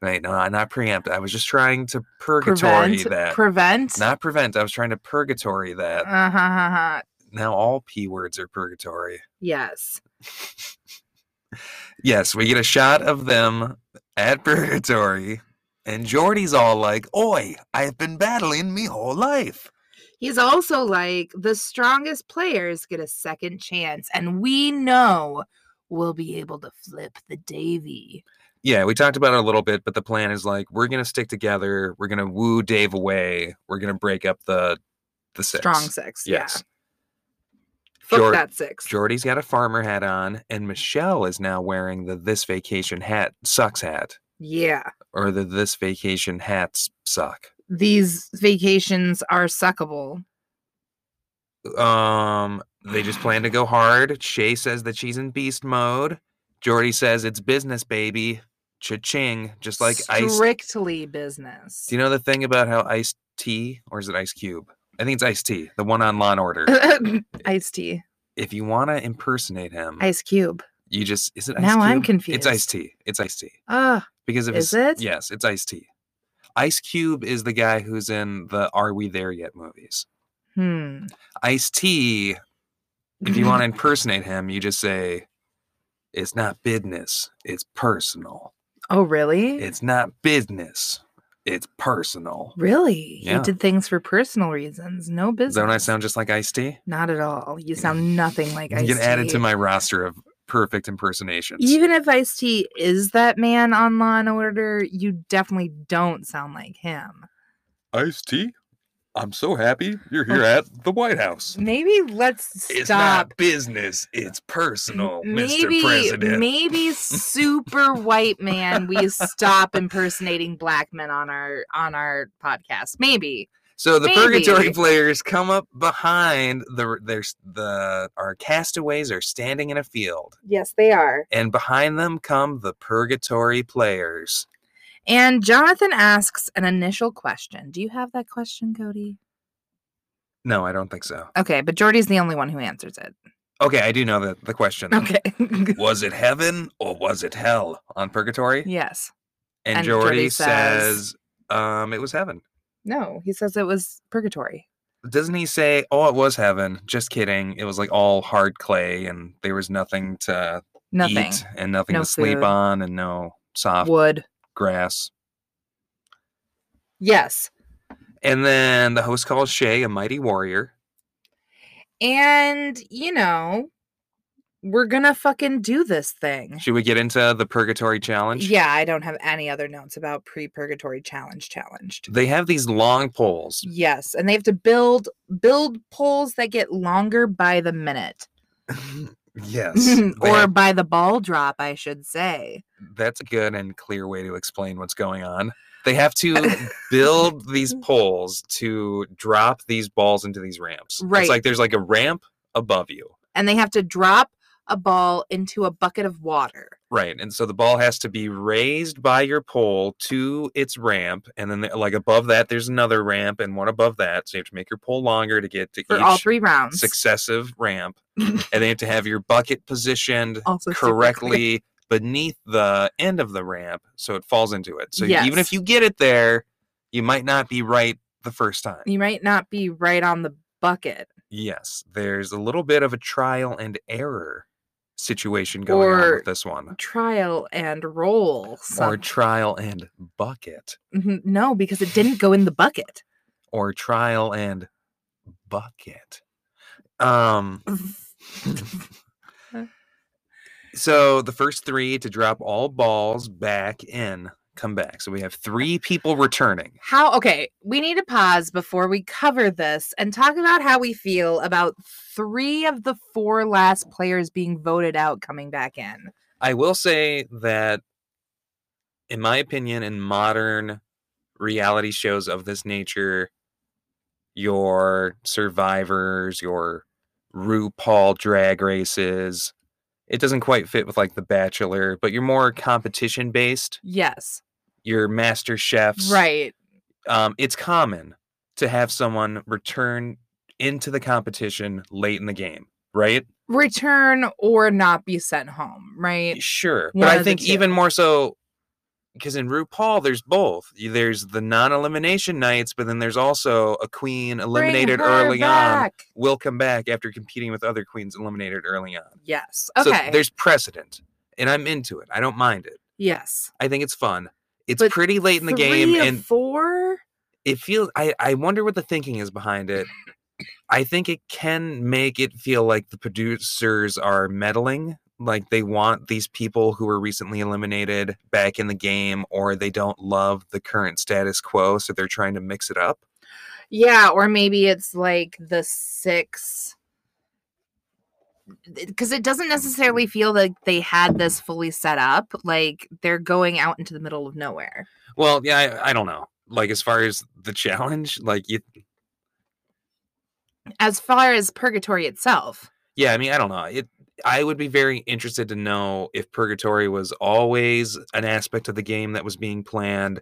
A: right, no, not preempt. I was just trying to purgatory
B: Prevent.
A: that,
B: Prevent.
A: not Mm. prevent. I was trying to purgatory that.
B: Uh-huh.
A: Now all p words are purgatory.
B: Yes.
A: Yes, we get a shot of them at Purgatory, and Jordy's all like, Oi, I've been battling me whole life.
B: He's also like, the strongest players get a second chance, and we know we'll be able to flip the Davy.
A: Yeah, we talked about it a little bit, but the plan is like we're gonna stick together. We're gonna woo Dave away. We're gonna break up the the six.
B: Strong six.
A: Yes.
B: Yeah. Fuck
A: Jor-
B: that six.
A: Jordy's got a farmer hat on, and Michelle is now wearing the this vacation hat sucks hat,
B: yeah.
A: or the this vacation hats suck.
B: These vacations are suckable.
A: Um, they just plan to go hard. Shay says that she's in beast mode. Jordy says it's business, baby. Cha-ching, just like ice.
B: strictly business. *laughs*
A: Do you know the thing about how Ice T or is it Ice Cube? I think it's Ice T, the one on Law and
B: *clears throat*
A: Order.
B: Ice tea.
A: if you want to impersonate him,
B: Ice cube.
A: you just is it Ice
B: now I'm
A: Cube?
B: confused.
A: It's Ice T. It's Ice T
B: Ah,
A: because of
B: Is
A: his.
B: it?
A: Yes, it's Ice T. Ice Cube is the guy who's in the Are We There Yet movies.
B: hmm.
A: Ice T. If you want to impersonate him, you just say, "It's not business. It's personal.
B: Oh, really?
A: It's not business. It's personal."
B: really.
A: Yeah.
B: He did things for personal reasons, no business.
A: Don't I sound just like Ice T?
B: Not at all. You sound nothing like Ice.
A: You can add it to
B: T.
A: my roster of perfect impersonations.
B: Even if Ice T is that man on Law and Order, you definitely don't sound like him.
A: Ice T, I'm so happy you're here at the White House.
B: Maybe let's
A: It's
B: Oh. stop.
A: not business, it's personal,
B: maybe,
A: Mr. President. *laughs*
B: maybe super white man, we stop impersonating black men on our on our podcast. Maybe
A: so the purgatory
B: maybe.
A: players come up behind the there's the our castaways are standing in a field.
B: yes, they are.
A: And behind them come the purgatory players.
B: And Jonathan asks an initial question. Do you have that question, Cody?
A: No, I don't think so.
B: Okay, but Jordy's the only one who answers it.
A: Okay, I do know the, the question.
B: *laughs*
A: then.
B: Okay.
A: Was it heaven or was it hell on purgatory?
B: yes.
A: And,
B: And
A: Jordy,
B: Jordy
A: says,
B: says-
A: um, it was heaven.
B: No, he says it was purgatory.
A: Doesn't he say, oh, it was heaven? Just kidding. It was like all hard clay and there was nothing to
B: Nothing.
A: eat and nothing
B: No
A: to sleep
B: food.
A: on and no soft
B: Wood.
A: grass.
B: Yes.
A: And then the host calls Shay a mighty warrior.
B: And, you know, we're going to fucking do this thing.
A: Should we get into the purgatory challenge?
B: Yeah, I don't have any other notes about pre purgatory challenge challenged.
A: They have these long poles.
B: Yes, and they have to build build poles that get longer by the minute
A: *laughs*
B: *laughs*
A: yes. they
B: or
A: have-
B: by the ball drop, I should say.
A: that's a good and clear way to explain what's going on. They have to build
B: *laughs*
A: these poles to drop these balls into these ramps.
B: Right.
A: It's like there's like a ramp above you.
B: *laughs* and they have to drop a ball into a bucket of water.
A: Right. And so the ball has to be raised by your pole to its ramp. And then, there- like, above that, there's another ramp and one above that. So you have to make your pole longer to get to
B: For
A: each
B: all three rounds.
A: successive
B: *laughs*
A: ramp. and then you have to have your bucket positioned
B: also super clear.
A: correctly beneath the end of the ramp so it falls into it. So even if
B: Yes.
A: you get it there, you might not be right the first time.
B: You might not be right on the bucket.
A: Yes, there's a little bit of a trial and error situation going on
B: Or
A: with this one.
B: Trial and roll.
A: Or
B: some-
A: trial and bucket.
B: Mhm, no, because it didn't go in the bucket.
A: Or trial and bucket.
B: *laughs*
A: Um so the first three to drop all balls back in come back. So we have three people returning.
B: How okay, we need to pause before we cover this and talk about how we feel about three of the four last players being voted out coming back in.
A: I will say that, in my opinion, in modern reality shows of this nature, your survivors, your RuPaul drag races, it doesn't quite fit with like The Bachelor, but you're more competition based.
B: Yes.
A: Your master chefs.
B: Right.
A: Um, it's common to have someone return into the competition late in the game, right?
B: Return or not be sent home, right?
A: Sure, but
B: One of
A: I
B: the
A: think even
B: two.
A: more so because in RuPaul there's both. Y- There's the non-elimination nights, but then there's also a queen
B: Bring
A: eliminated
B: her
A: early on
B: back.
A: will come back after competing with other queens eliminated early on.
B: Yes.
A: So
B: Okay.
A: there's precedent, and I'm into it. I don't mind it.
B: yes.
A: I think it's fun. It's
B: But
A: pretty late in the game,
B: Three of
A: and
B: four.
A: it feels I, I wonder what the thinking is behind it. I think it can make it feel like the producers are meddling, like they want these people who were recently eliminated back in the game, or they don't love the current status quo, so they're trying to mix it up.
B: Yeah, or maybe it's like the six because it doesn't necessarily feel like they had this fully set up. Like they're going out into the middle of nowhere.
A: Well, yeah, I, I don't know. Like as far as the challenge, like you,
B: As far as purgatory itself,
A: yeah, I mean, I don't know. It, I would be very interested to know if purgatory was always an aspect of the game that was being planned.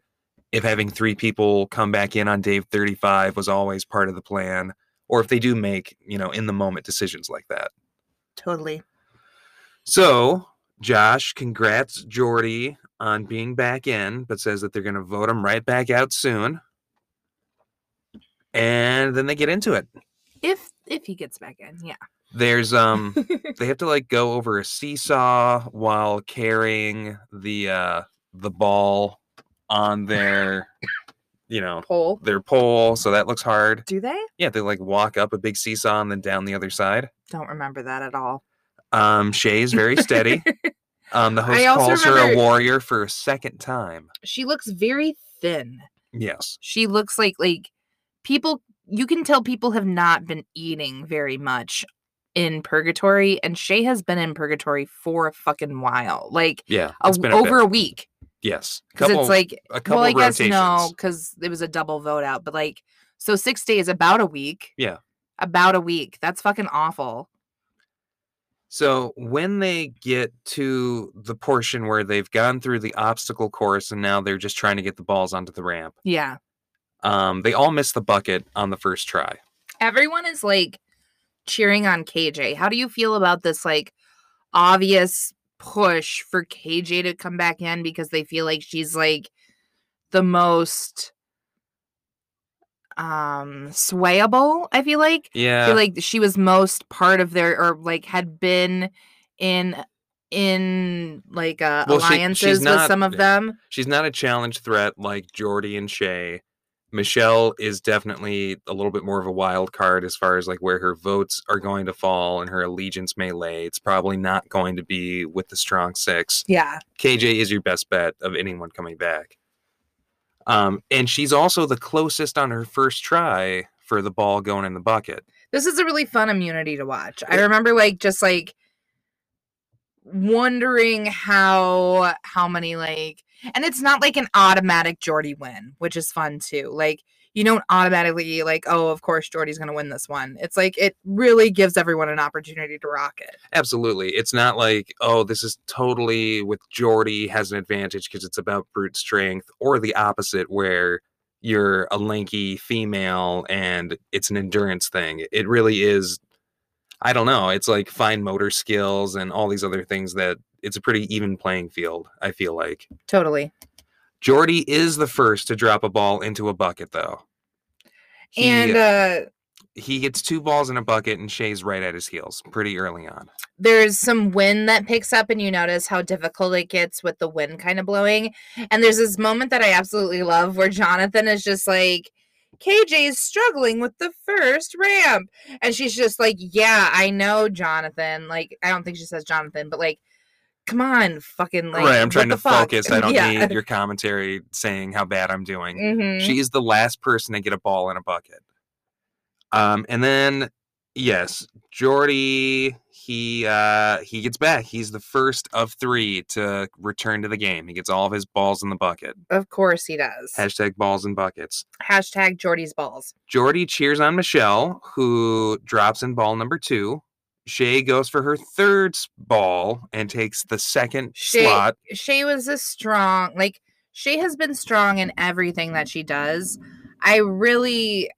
A: If having three people come back in on day thirty-five was always part of the plan, or if they do make you know in the moment decisions like that.
B: totally.
A: So, Josh, congrats Jordy on being back in, but says that they're going to vote him right back out soon. And then they get into it.
B: If if he gets back in, yeah. *laughs*
A: There's um they have to like go over a seesaw while carrying the uh the ball on their you know,
B: Pole.
A: their pole, so that looks hard.
B: Do they?
A: Yeah, they like walk up a big seesaw and then down the other side.
B: Don't remember that at all.
A: Um Shay's very steady. Um, the host
B: I also
A: calls her a
B: remember-
A: warrior for a second time.
B: *laughs* She looks very thin.
A: Yes.
B: She looks like like people you can tell people have not been eating very much in purgatory and Shay has been in purgatory for a fucking while. Like
A: Yeah.
B: a,
A: It's been a
B: over
A: bit.
B: a week
A: Yes.
B: because it's like
A: a couple
B: well I guess
A: rotations.
B: no cuz it was a double vote out but like so 6 days about a week.
A: Yeah.
B: About a week. That's fucking awful.
A: So when they get to the portion where they've gone through the obstacle course and now they're just trying to get the balls onto the ramp,
B: Yeah.
A: um, they all miss the bucket on the first try.
B: Everyone is like cheering on KJ. How do you feel about this like obvious push for KJ to come back in because they feel like she's like the most um swayable, I feel like. I
A: Yeah.
B: feel like she was most part of their or like had been in in like uh
A: Well, she- she's
B: alliances with
A: not-
B: some of
A: yeah.
B: them.
A: She's not a challenge threat like Jordy and Shay. Michelle is definitely a little bit more of a wild card as far as like where her votes are going to fall and her allegiance may lay. It's probably not going to be with the strong six.
B: Yeah.
A: KJ is your best bet of anyone coming back. Um, and she's also the closest on her first try for the ball going in the bucket.
B: this is a really fun immunity to watch. I
A: It-
B: remember like just like wondering how how many like and it's not like an automatic Jordy win, which is fun too. Like you don't automatically like, oh, of course Jordy's gonna win this one. It's like it really gives everyone an opportunity to rock it.
A: Absolutely. It's not like, oh, this is totally with Jordy has an advantage because it's about brute strength, or the opposite, where you're a lanky female and it's an endurance thing. It really is, I don't know, it's like fine motor skills and all these other things that it's a pretty even playing field, I feel like.
B: Totally.
A: Jordy is the first to drop a ball into a bucket, though. He,
B: and uh
A: he gets two balls in a bucket, and Shay's right at his heels pretty early on.
B: there's some wind that picks up and you notice how difficult it gets with the wind kind of blowing and there's this moment that i absolutely love where jonathan is just like kj is struggling with the first ramp and she's just like yeah i know jonathan like i don't think she says jonathan but like come on fucking like
A: right, I'm
B: what
A: trying
B: the
A: to
B: fuck?" *laughs*
A: focus. I don't
B: yeah.
A: need your commentary saying how bad I'm doing.
B: Mhm.
A: She is the last person to get a ball in a bucket. Um, and then yes, Jordy, he uh he gets back. He's the first of three to return to the game. He gets all of his balls in the bucket.
B: of course he does
A: Hashtag balls in buckets.
B: hashtag jordy's balls
A: Jordy cheers on Michelle, who drops in ball number two. Shay goes for her third s- ball and takes the second
B: Shay-
A: slot.
B: Shay was a strong, like Shay has been strong in everything that she does. I really,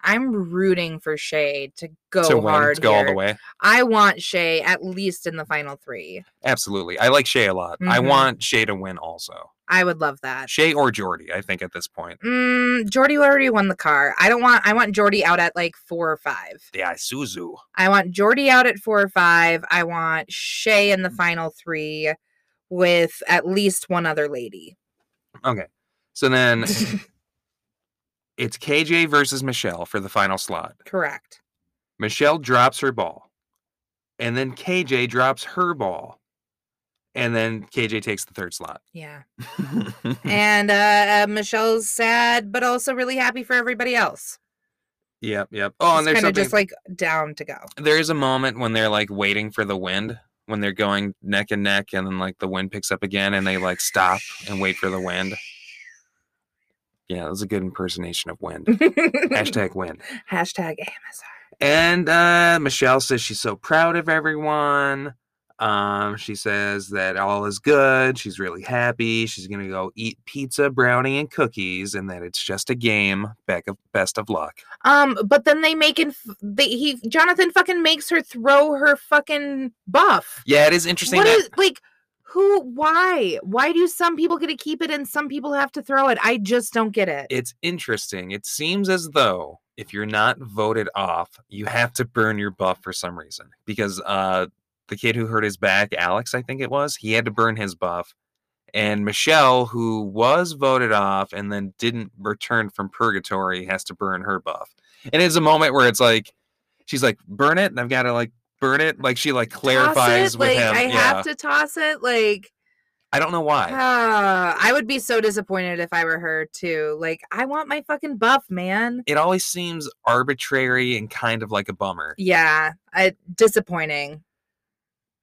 B: I'm rooting for Shay to go
A: to win,
B: hard
A: to go all the
B: here.
A: way.
B: I want Shay at least in the final three.
A: Absolutely. I like Shay a lot. I
B: Mhm.
A: want Shay to win also.
B: I would love that.
A: Shay or Jordy, I think, at this point.
B: Mm, Jordy already won the car. I don't want. I want Jordy out at like four or five.
A: The Isuzu.
B: I want Jordy out at four or five. I want Shay
A: Mm.
B: in the final three with at least one other lady.
A: Okay. So then It's KJ versus Michelle for the final slot.
B: *laughs* Correct.
A: Michelle drops her ball. And then KJ drops her ball. And then KJ takes the third slot.
B: Yeah.
A: Mm.
B: and uh, uh, Michelle's sad, but also really happy for everybody else.
A: yep, yep. Oh, and
B: She's
A: there's
B: kind
A: something,
B: of just like down to go.
A: there is a moment when they're like waiting for the wind, when they're going neck and neck, and then like the wind picks up again and they like stop and wait for the wind. Yeah, that was a good impersonation of wind. Hashtag wind.
B: *laughs* Hashtag AMSR.
A: And uh, Michelle says she's so proud of everyone. Um, she says that all is good. She's really happy. She's gonna go eat pizza, brownie, and cookies, and that it's just a game. Back of best of luck.
B: Um, but then they make and they he Jonathan fucking makes her throw her fucking buff.
A: Yeah, it is interesting.
B: What
A: that-
B: is like who why? Why do some people get to keep it and some people have to throw it? I just don't get it.
A: it's interesting. It seems as though if you're not voted off, you have to burn your buff for some reason. Because uh, the kid who hurt his back, Alex, I think it was, he had to burn his buff. And Michelle, who was voted off and then didn't return from purgatory, has to burn her buff. And it's a moment where it's like, she's like, burn it. And I've got to like burn it. Like she like clarifies
B: toss it,
A: with
B: like
A: him.
B: I
A: yeah.
B: have to toss it like
A: I don't know why.
B: ah, I would be so disappointed if I were her too. Like I want my fucking buff, man.
A: It always seems arbitrary and kind of like a bummer.
B: Yeah, I, disappointing.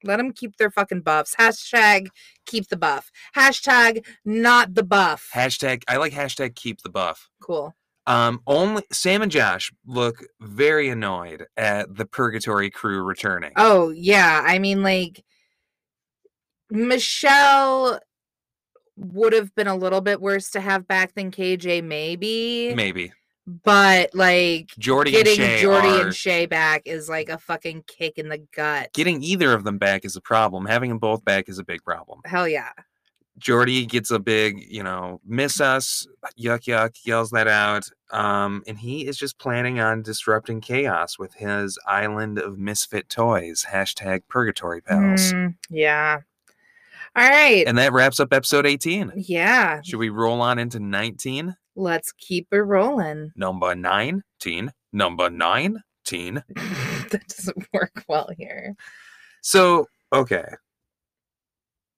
B: Let them keep their fucking buffs. Hashtag keep the buff. Hashtag not the buff.
A: Hashtag, I like hashtag keep the buff.
B: cool.
A: Um, only Sam and Josh look very annoyed at the Purgatory crew returning.
B: Oh yeah, I mean like Michelle would have been a little bit worse to have back than KJ maybe,
A: Maybe
B: but like
A: Jordy
B: getting
A: and Shay
B: Jordy
A: are,
B: and Shay back is like a fucking kick in the gut.
A: getting either of them back is a problem. Having them both back is a big problem.
B: Hell yeah.
A: Jordy gets a big, you know, miss us, yuck yuck, yells that out. Um, and he is just planning on disrupting chaos with his island of misfit toys. Hashtag Purgatory pals.
B: Mm, yeah. All right.
A: And that wraps up episode
B: Mm.
A: 18.
B: yeah.
A: Should we roll on into 19?
B: Let's keep it rolling. *laughs*
A: number 19, number 19.
B: that doesn't *laughs* work well here.
A: So, okay.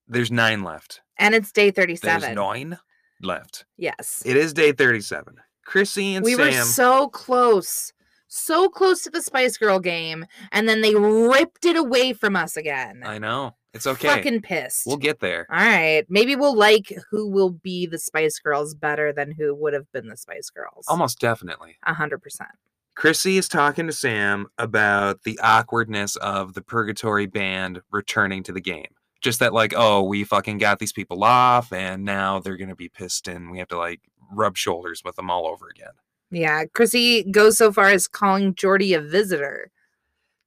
A: There's nine left.
B: And it's day
A: There's
B: 37.
A: nine left.
B: yes.
A: It is day 37. Chrissy and
B: we
A: Sam.
B: were so close. So close to the Spice Girl game. And then they ripped it away from us again.
A: I know. It's okay.
B: Fucking pissed.
A: We'll get there.
B: All right. Maybe we'll like who will be the Spice Girls better than who would have been the Spice Girls.
A: Almost definitely.
B: A hundred percent.
A: Chrissy is talking to Sam about the awkwardness of the Purgatory band returning to the game. Just that, like, oh, we fucking got these people off, and now they're going to be pissed, and we have to, like, rub shoulders with them all over again.
B: Yeah. Chrissy goes so far as calling Jordy a visitor.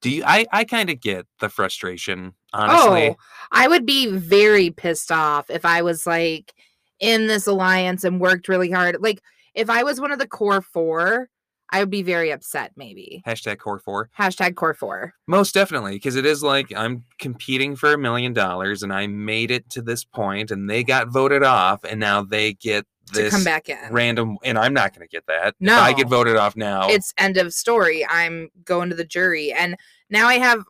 A: Do you? I I kind of get the frustration, honestly.
B: Oh, I would be very pissed off if I was like in this alliance and worked really hard. Like if I was one of the core four, I would be very upset, maybe.
A: Hashtag core four,
B: Hashtag core four.
A: most definitely, because it is like I'm competing for a million dollars, and I made it to this point, and they got voted off, and now they get
B: to
A: this
B: come back in.
A: random, and I'm not going to get that. if I get
B: No.
A: voted off now.
B: It's end of story. I'm going to the jury. And now I have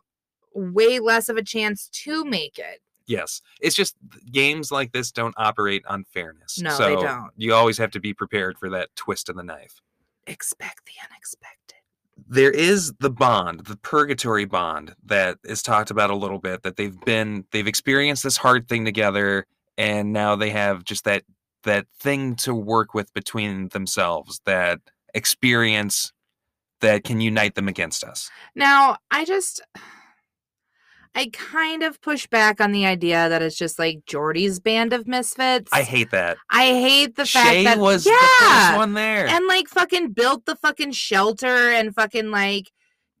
B: way less of a chance to make it.
A: yes, it's just th- games like this don't operate on fairness.
B: No,
A: so
B: they don't.
A: You always have to be prepared for that twist of the knife.
B: Expect the unexpected.
A: there is the bond, the purgatory bond that is talked about a little bit that they've been they've experienced this hard thing together and now they have just that that thing to work with between themselves, that experience that can unite them against us.
B: Now, I just I kind of push back on the idea that it's just like Jordy's band of misfits.
A: I hate that.
B: I hate the fact
A: Shay
B: that
A: was
B: yeah,
A: the first one there.
B: and like fucking built the fucking shelter and fucking like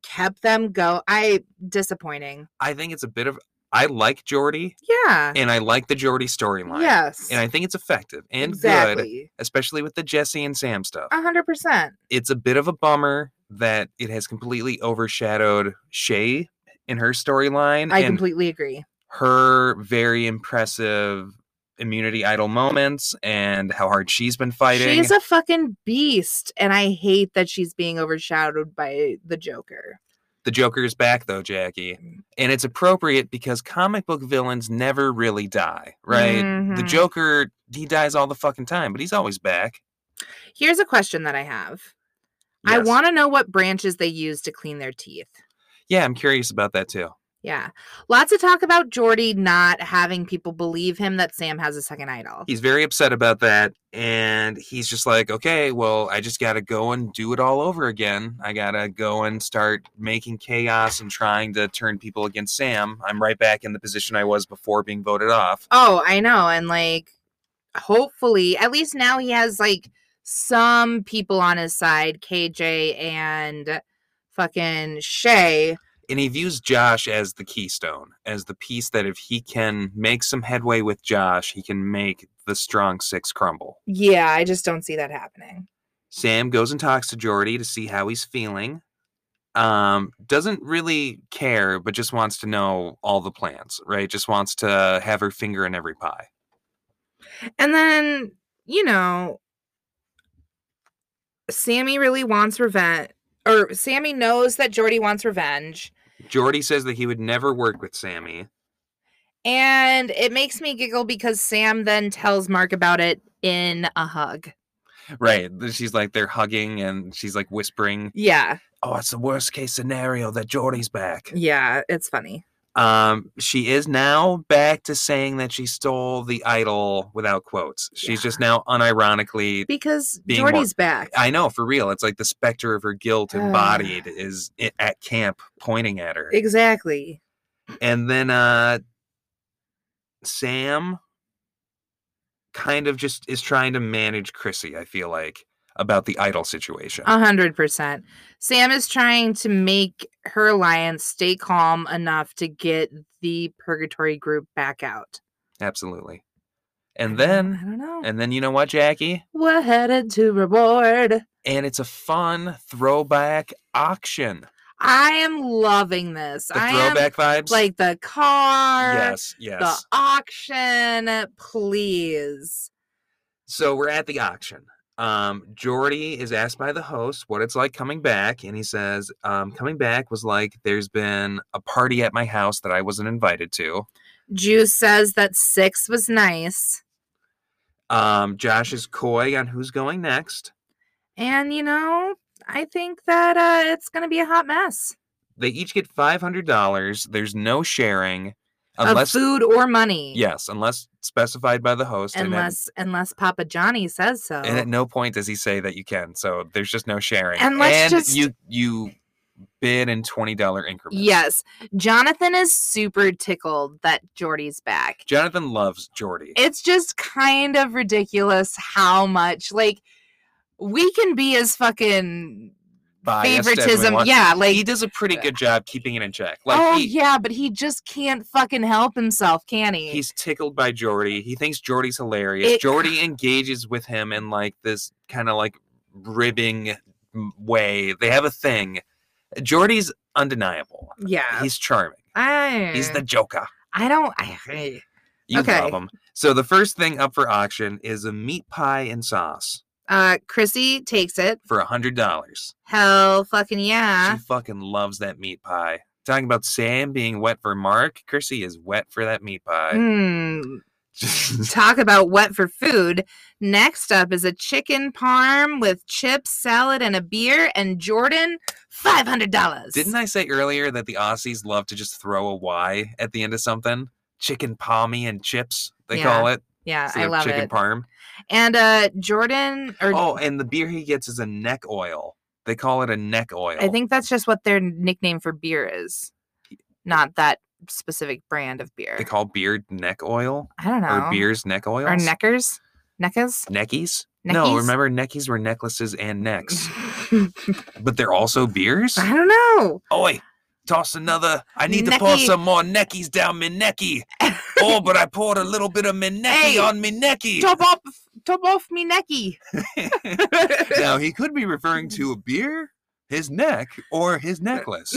B: kept them go. I disappointing.
A: I think it's a bit of I like Jordy
B: Yeah.
A: and I like the Jordy storyline.
B: Yes.
A: And I think it's effective and good,
B: exactly.
A: especially with the Jesse and Sam stuff.
B: A hundred percent.
A: it's a bit of a bummer that it has completely overshadowed Shay in her storyline
B: I
A: and
B: completely agree.
A: her very impressive immunity idol moments and how hard she's been fighting.
B: She's a fucking beast, and I hate that she's being overshadowed by the Joker.
A: the Joker is back though, Jackie.
B: Mm.
A: And it's appropriate because comic book villains never really die, right? The
B: Mhm.
A: Joker, he dies all the fucking time, but he's always back.
B: Here's a question that I have. I
A: Yes.
B: want to know what branches they use to clean their teeth.
A: Yeah, I'm curious about that too.
B: Yeah. Lots of talk about Jordy not having people believe him that Sam has a second idol.
A: He's very upset about that. And he's just like, okay, well, I just got to go and do it all over again. I got to go and start making chaos and trying to turn people against Sam. I'm right back in the position I was before being voted off.
B: Oh, I know. And like, hopefully, at least now he has like some people on his side KJ and fucking Shay.
A: and he views Josh as the keystone, as the piece that if he can make some headway with Josh, he can make the strong six crumble.
B: Yeah, I just don't see that happening.
A: Sam goes and talks to Jordy to see how he's feeling. Um, doesn't really care, but just wants to know all the plans, right? Just wants to have her finger in every pie.
B: And then, you know, Sammy really wants revenge, or Sammy knows that Jordy wants revenge.
A: Jordy says that he would never work with Sammy.
B: And it makes me giggle because Sam then tells Mark about it in a hug.
A: Right. She's like, they're hugging and she's like whispering,
B: Yeah.
A: Oh, it's the worst case scenario that Jordy's back.
B: Yeah. It's funny.
A: Um, she is now back to saying that she stole the idol without quotes. She's just now unironically.
B: Because
A: Being more-
B: Jordy's back.
A: I know for real. It's like the specter of her
B: Ah.
A: guilt embodied is i- at camp pointing at her.
B: exactly.
A: And then uh Sam kind of just is trying to manage Chrissy, I feel like, about the idol situation.
B: A hundred percent. Sam is trying to make her alliance stay calm enough to get the purgatory group back out.
A: Absolutely. And
B: I don't-
A: then
B: I don't know.
A: and then you know what, Jackie?
B: We're headed to reward.
A: And it's a fun throwback auction.
B: I am loving this.
A: The
B: I am
A: throwback vibes.
B: like the car,
A: Yes,
B: the
A: yes.
B: auction, please.
A: So we're at the auction. Um, Jordy is asked by the host what it's like coming back, and he says, um, coming back was like there's been a party at my house that I wasn't invited to.
B: Juice says that six was nice.
A: Um, Josh is coy on who's going next.
B: And, you know, I think that uh, it's going to be a hot mess
A: They each get five hundred dollars. There's no sharing
B: of
A: unless
B: food or money.
A: yes, unless specified by the host. and at-
B: Unless, unless Papa Johnny says so.
A: and at no point does he say that you can. So there's just no sharing.
B: And let's
A: and
B: just-
A: you you bid in twenty dollar increments.
B: yes. Jonathan is super tickled that Jordy's back.
A: Jonathan loves Jordy.
B: It's just kind of ridiculous how much, like, we can be as fucking
A: biased as we
B: favoritism.
A: want.
B: Yeah. Like,
A: he does a pretty good job keeping it in check. Like
B: oh,
A: he,
B: yeah, but he just can't fucking help himself, can he?
A: he's tickled by Jordy. He thinks Jordy's hilarious.
B: It-
A: Jordy engages with him in like this kind of like ribbing m- way. They have a thing. Jordy's undeniable.
B: yeah.
A: He's charming.
B: I,
A: He's the Joker.
B: I don't. I,
A: You
B: Okay.
A: love him. So the first thing up for auction is a meat pie and sauce
B: uh, Chrissy takes it.
A: for a hundred dollars.
B: Hell fucking yeah.
A: She fucking loves that meat pie. Talking about Sam being wet for Mark, Chrissy is wet for that meat pie. *laughs*
B: Mm, talk about wet for food. Next up is a chicken parm with chips, salad, and a beer. And Jordan, five hundred dollars.
A: Didn't I say earlier that the Aussies love to just throw a Y at the end of something? Chicken palmy and chips, they
B: Yeah,
A: call it.
B: Yeah,
A: instead
B: I
A: of
B: love
A: chicken
B: it.
A: parm.
B: and uh, Jordan, or
A: Oh, and the beer he gets is a neck oil. They call it a neck oil.
B: I think that's just what their nickname for beer is, not that specific brand of beer.
A: they call beer neck oil
B: I don't know.
A: or beers neck oils.
B: or neckers, neckas.
A: neckies? No,
B: Neckies?
A: remember neckies were necklaces and
B: *laughs*
A: necks, but they're also beers.
B: I don't know.
A: Oi, toss another. I need to pour
B: Necky.
A: some more neckies down me necky. oh, but I poured a little bit of me necky
B: Hey,
A: on me necky.
B: Top off, top off me
A: *laughs*
B: necky. *laughs*
A: now he could be referring to a beer, his neck, or his
B: *laughs*
A: necklace.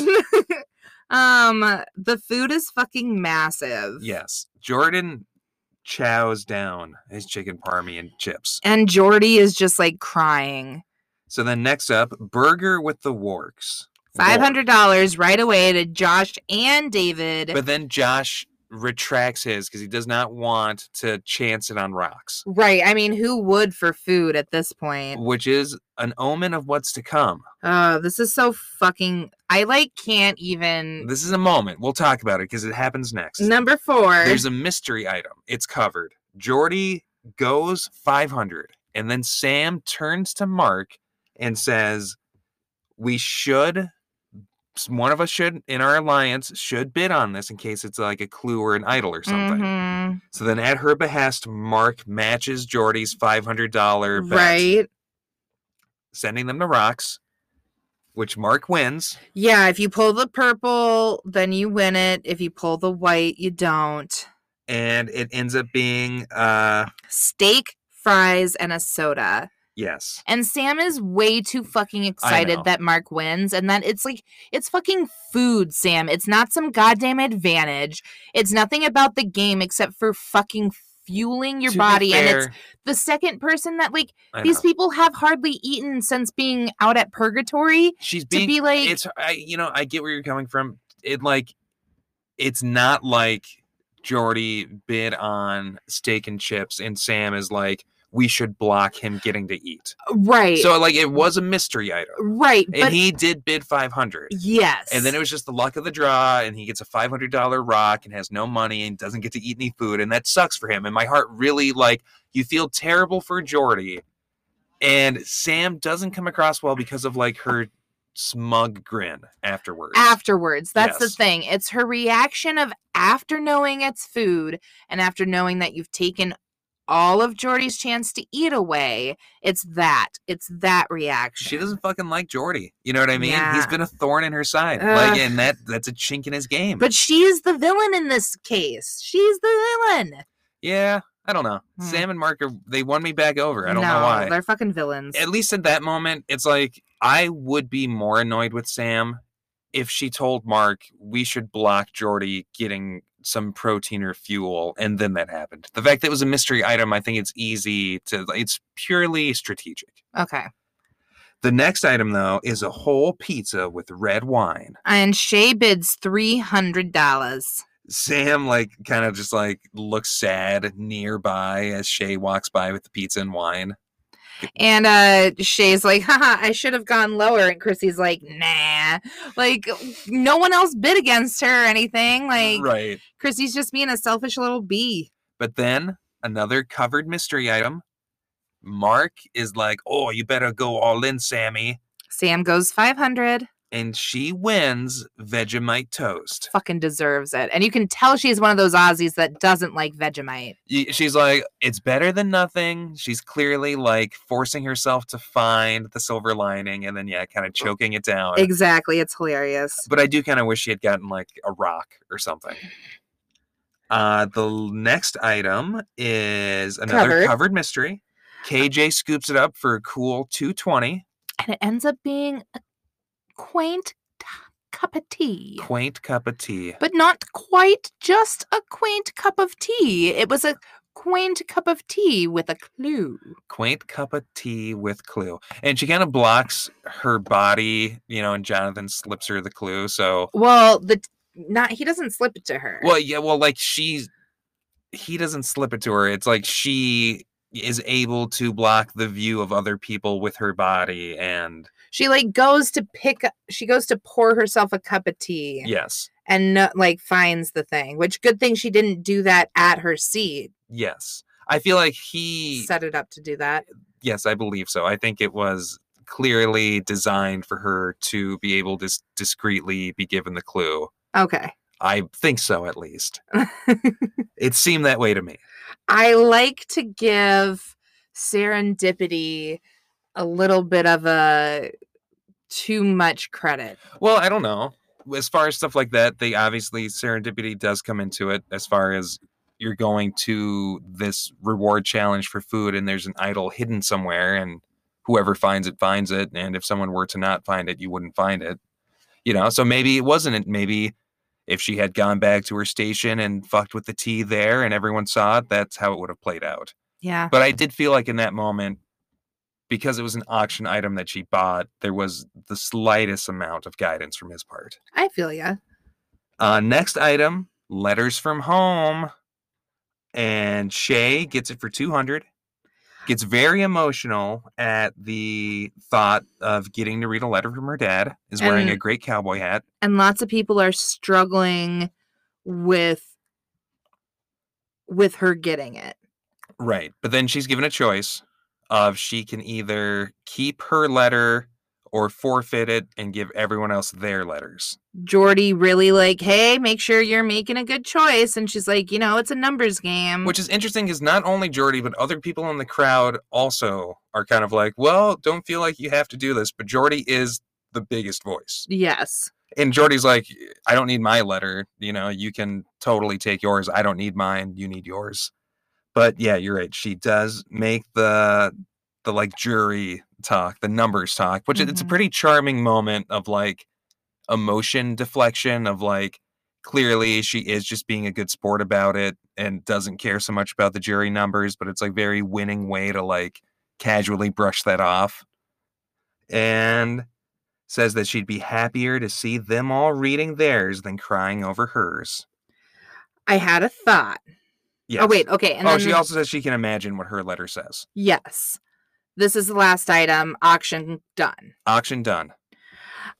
B: um, the food is fucking massive.
A: Yes, Jordan chows down his chicken parmy and chips.
B: And Jordy is just like crying.
A: So then next up, burger with the works.
B: Five hundred dollars right away to Josh and David.
A: But then Josh retracts his because he does not want to chance it on rocks,
B: right. I mean, who would for food at this point?
A: which is an omen of what's to come.
B: Oh, this is so fucking I like can't even
A: This is a moment. We'll talk about it because it happens next.
B: number four.
A: There's a mystery item. It's covered. Jordy goes 500, and then Sam turns to Mark and says, "We should. s- One of us should, in our alliance, should bid on this in case it's like a clue or an idol or something."
B: Mhm,
A: So then, at her behest, Mark matches Jordy's $500 bet,
B: right.
A: sending them to rocks, which Mark wins.
B: Yeah, if you pull the purple, then you win it. If you pull the white, you don't.
A: And it ends up being, uh,
B: Steak, fries, and a soda.
A: yes,
B: And Sam is way too fucking
A: know.
B: excited that Mark wins and that it's like it's fucking food, Sam. It's not some goddamn advantage. It's nothing about the game except for fucking fueling your
A: To be
B: body and it's
A: fair,
B: the second person that like
A: I know.
B: these people have hardly eaten since being out at purgatory
A: she's being
B: to be like
A: it's I you know I get where you're coming from. It like it's not like Jordy bid on steak and chips, and Sam is like we should block him getting to eat.
B: right
A: So like it was a mystery item,
B: right
A: and
B: but
A: he did bid five hundred.
B: yes
A: And then it was just the luck of the draw, and he gets a five hundred dollar rock and has no money and doesn't get to eat any food, and that sucks for him. And my heart really like you feel terrible for Jordy, and Sam doesn't come across well because of like her smug grin afterwards.
B: afterwards that's the
A: Yes.
B: thing it's her reaction of after knowing it's food and after knowing that you've taken all of Jordy's chance to eat away it's that it's that reaction
A: she doesn't fucking like Jordy. You know what I mean? He's
B: Yeah.
A: been a thorn in her side,
B: Ugh.
A: like, and that that's a chink in his game.
B: but she's the villain in this case she's the villain
A: yeah, I don't know.
B: Hmm.
A: Sam and Mark are they won me back over. I don't
B: no,
A: know why.
B: they're fucking villains
A: at least at that moment, it's like I would be more annoyed with Sam if she told Mark we should block Jordy getting some protein or fuel, and then that happened. The fact that it was a mystery item, I think it's easy to. It's purely strategic.
B: okay
A: The next item, though, is a whole pizza with red wine.
B: and Shay bids three hundred dollars
A: Sam, like, kind of just like looks sad nearby as Shay walks by with the pizza and wine.
B: And uh Shay's like, haha, I should have gone lower. And Chrissy's like, nah. Like no one else bid against her or anything. Like
A: right.
B: Chrissy's just being a selfish little bee.
A: But then another covered mystery item. Mark is like, "Oh, you better go all in, Sammy,"
B: Sam goes five hundred,
A: and she wins Vegemite toast.
B: fucking deserves it. And you can tell she's one of those Aussies that doesn't like Vegemite.
A: Y- She's like, "It's better than nothing." She's clearly like forcing herself to find the silver lining, and then yeah, kind of choking it down.
B: Exactly. It's hilarious.
A: But I do kind of wish she had gotten like a rock or something. Uh, the l- next item is another
B: Covered.
A: covered mystery. KJ scoops it up for a cool two twenty.
B: And it ends up being a quaint t- cup of tea.
A: quaint cup of tea.
B: but not quite just a quaint cup of tea. It was a quaint cup of tea with a clue.
A: Quaint cup of tea with clue. And she kind of blocks her body, you know, and Jonathan slips her the clue. So,
B: Well, the t- not he doesn't slip it to her.
A: well, yeah, well, like she's, he doesn't slip it to her. It's like she is able to block the view of other people with her body. And
B: she like goes to pick. up- She goes to pour herself a cup of tea
A: yes,
B: and no, like finds the thing. Which good thing she didn't do that at her seat.
A: yes. I feel like he,
B: Set it up to do that.
A: yes, I believe so. I think it was clearly designed for her to be able to s- discreetly be given the clue.
B: Okay.
A: I think so, at least. it seemed that way to me.
B: I like to give serendipity a little bit of a too much credit.
A: Well, I don't know. As far as stuff like that, they obviously serendipity does come into it as far as you're going to this reward challenge for food and there's an idol hidden somewhere and whoever finds it finds it and if someone were to not find it you wouldn't find it. You know, so maybe it wasn't it maybe If she had gone back to her station and fucked with the tea there and everyone saw it, that's how it would have played out.
B: Yeah.
A: But I did feel like in that moment, because it was an auction item that she bought, there was the slightest amount of guidance from his part.
B: I feel ya.
A: Uh, next item, letters from home. And Shay gets it for 200. Gets very emotional at the thought of getting to read a letter from her dad. Is wearing a
B: And-
A: great cowboy hat.
B: And lots of people are struggling with with her getting it.
A: Right. But then she's given a choice of she can either keep her letter or forfeit it and give everyone else their letters.
B: Jordy really like, hey, make sure you're making a good choice. And she's like, you know, it's a numbers game.
A: Which is interesting because not only Jordy, but other people in the crowd also are kind of like, well, don't feel like you have to do this. But Jordy is the biggest voice.
B: yes.
A: And Jordy's like, I don't need my letter. You know, you can totally take yours. I don't need mine. You need yours. But yeah, you're right. She does make the the like jury talk, the numbers talk, which it- it's a
B: Mhm.
A: pretty charming moment of like emotion deflection of like clearly she is just being a good sport about it and doesn't care so much about the jury numbers, but it's like very winning way to like casually brush that off. And says that she'd be happier to see them all reading theirs than crying over hers.
B: I had a thought.
A: Yes.
B: Oh wait, okay. And
A: oh,
B: then
A: she
B: the-
A: also says she can imagine what her letter says.
B: Yes. This is the last item. Auction done.
A: Auction done.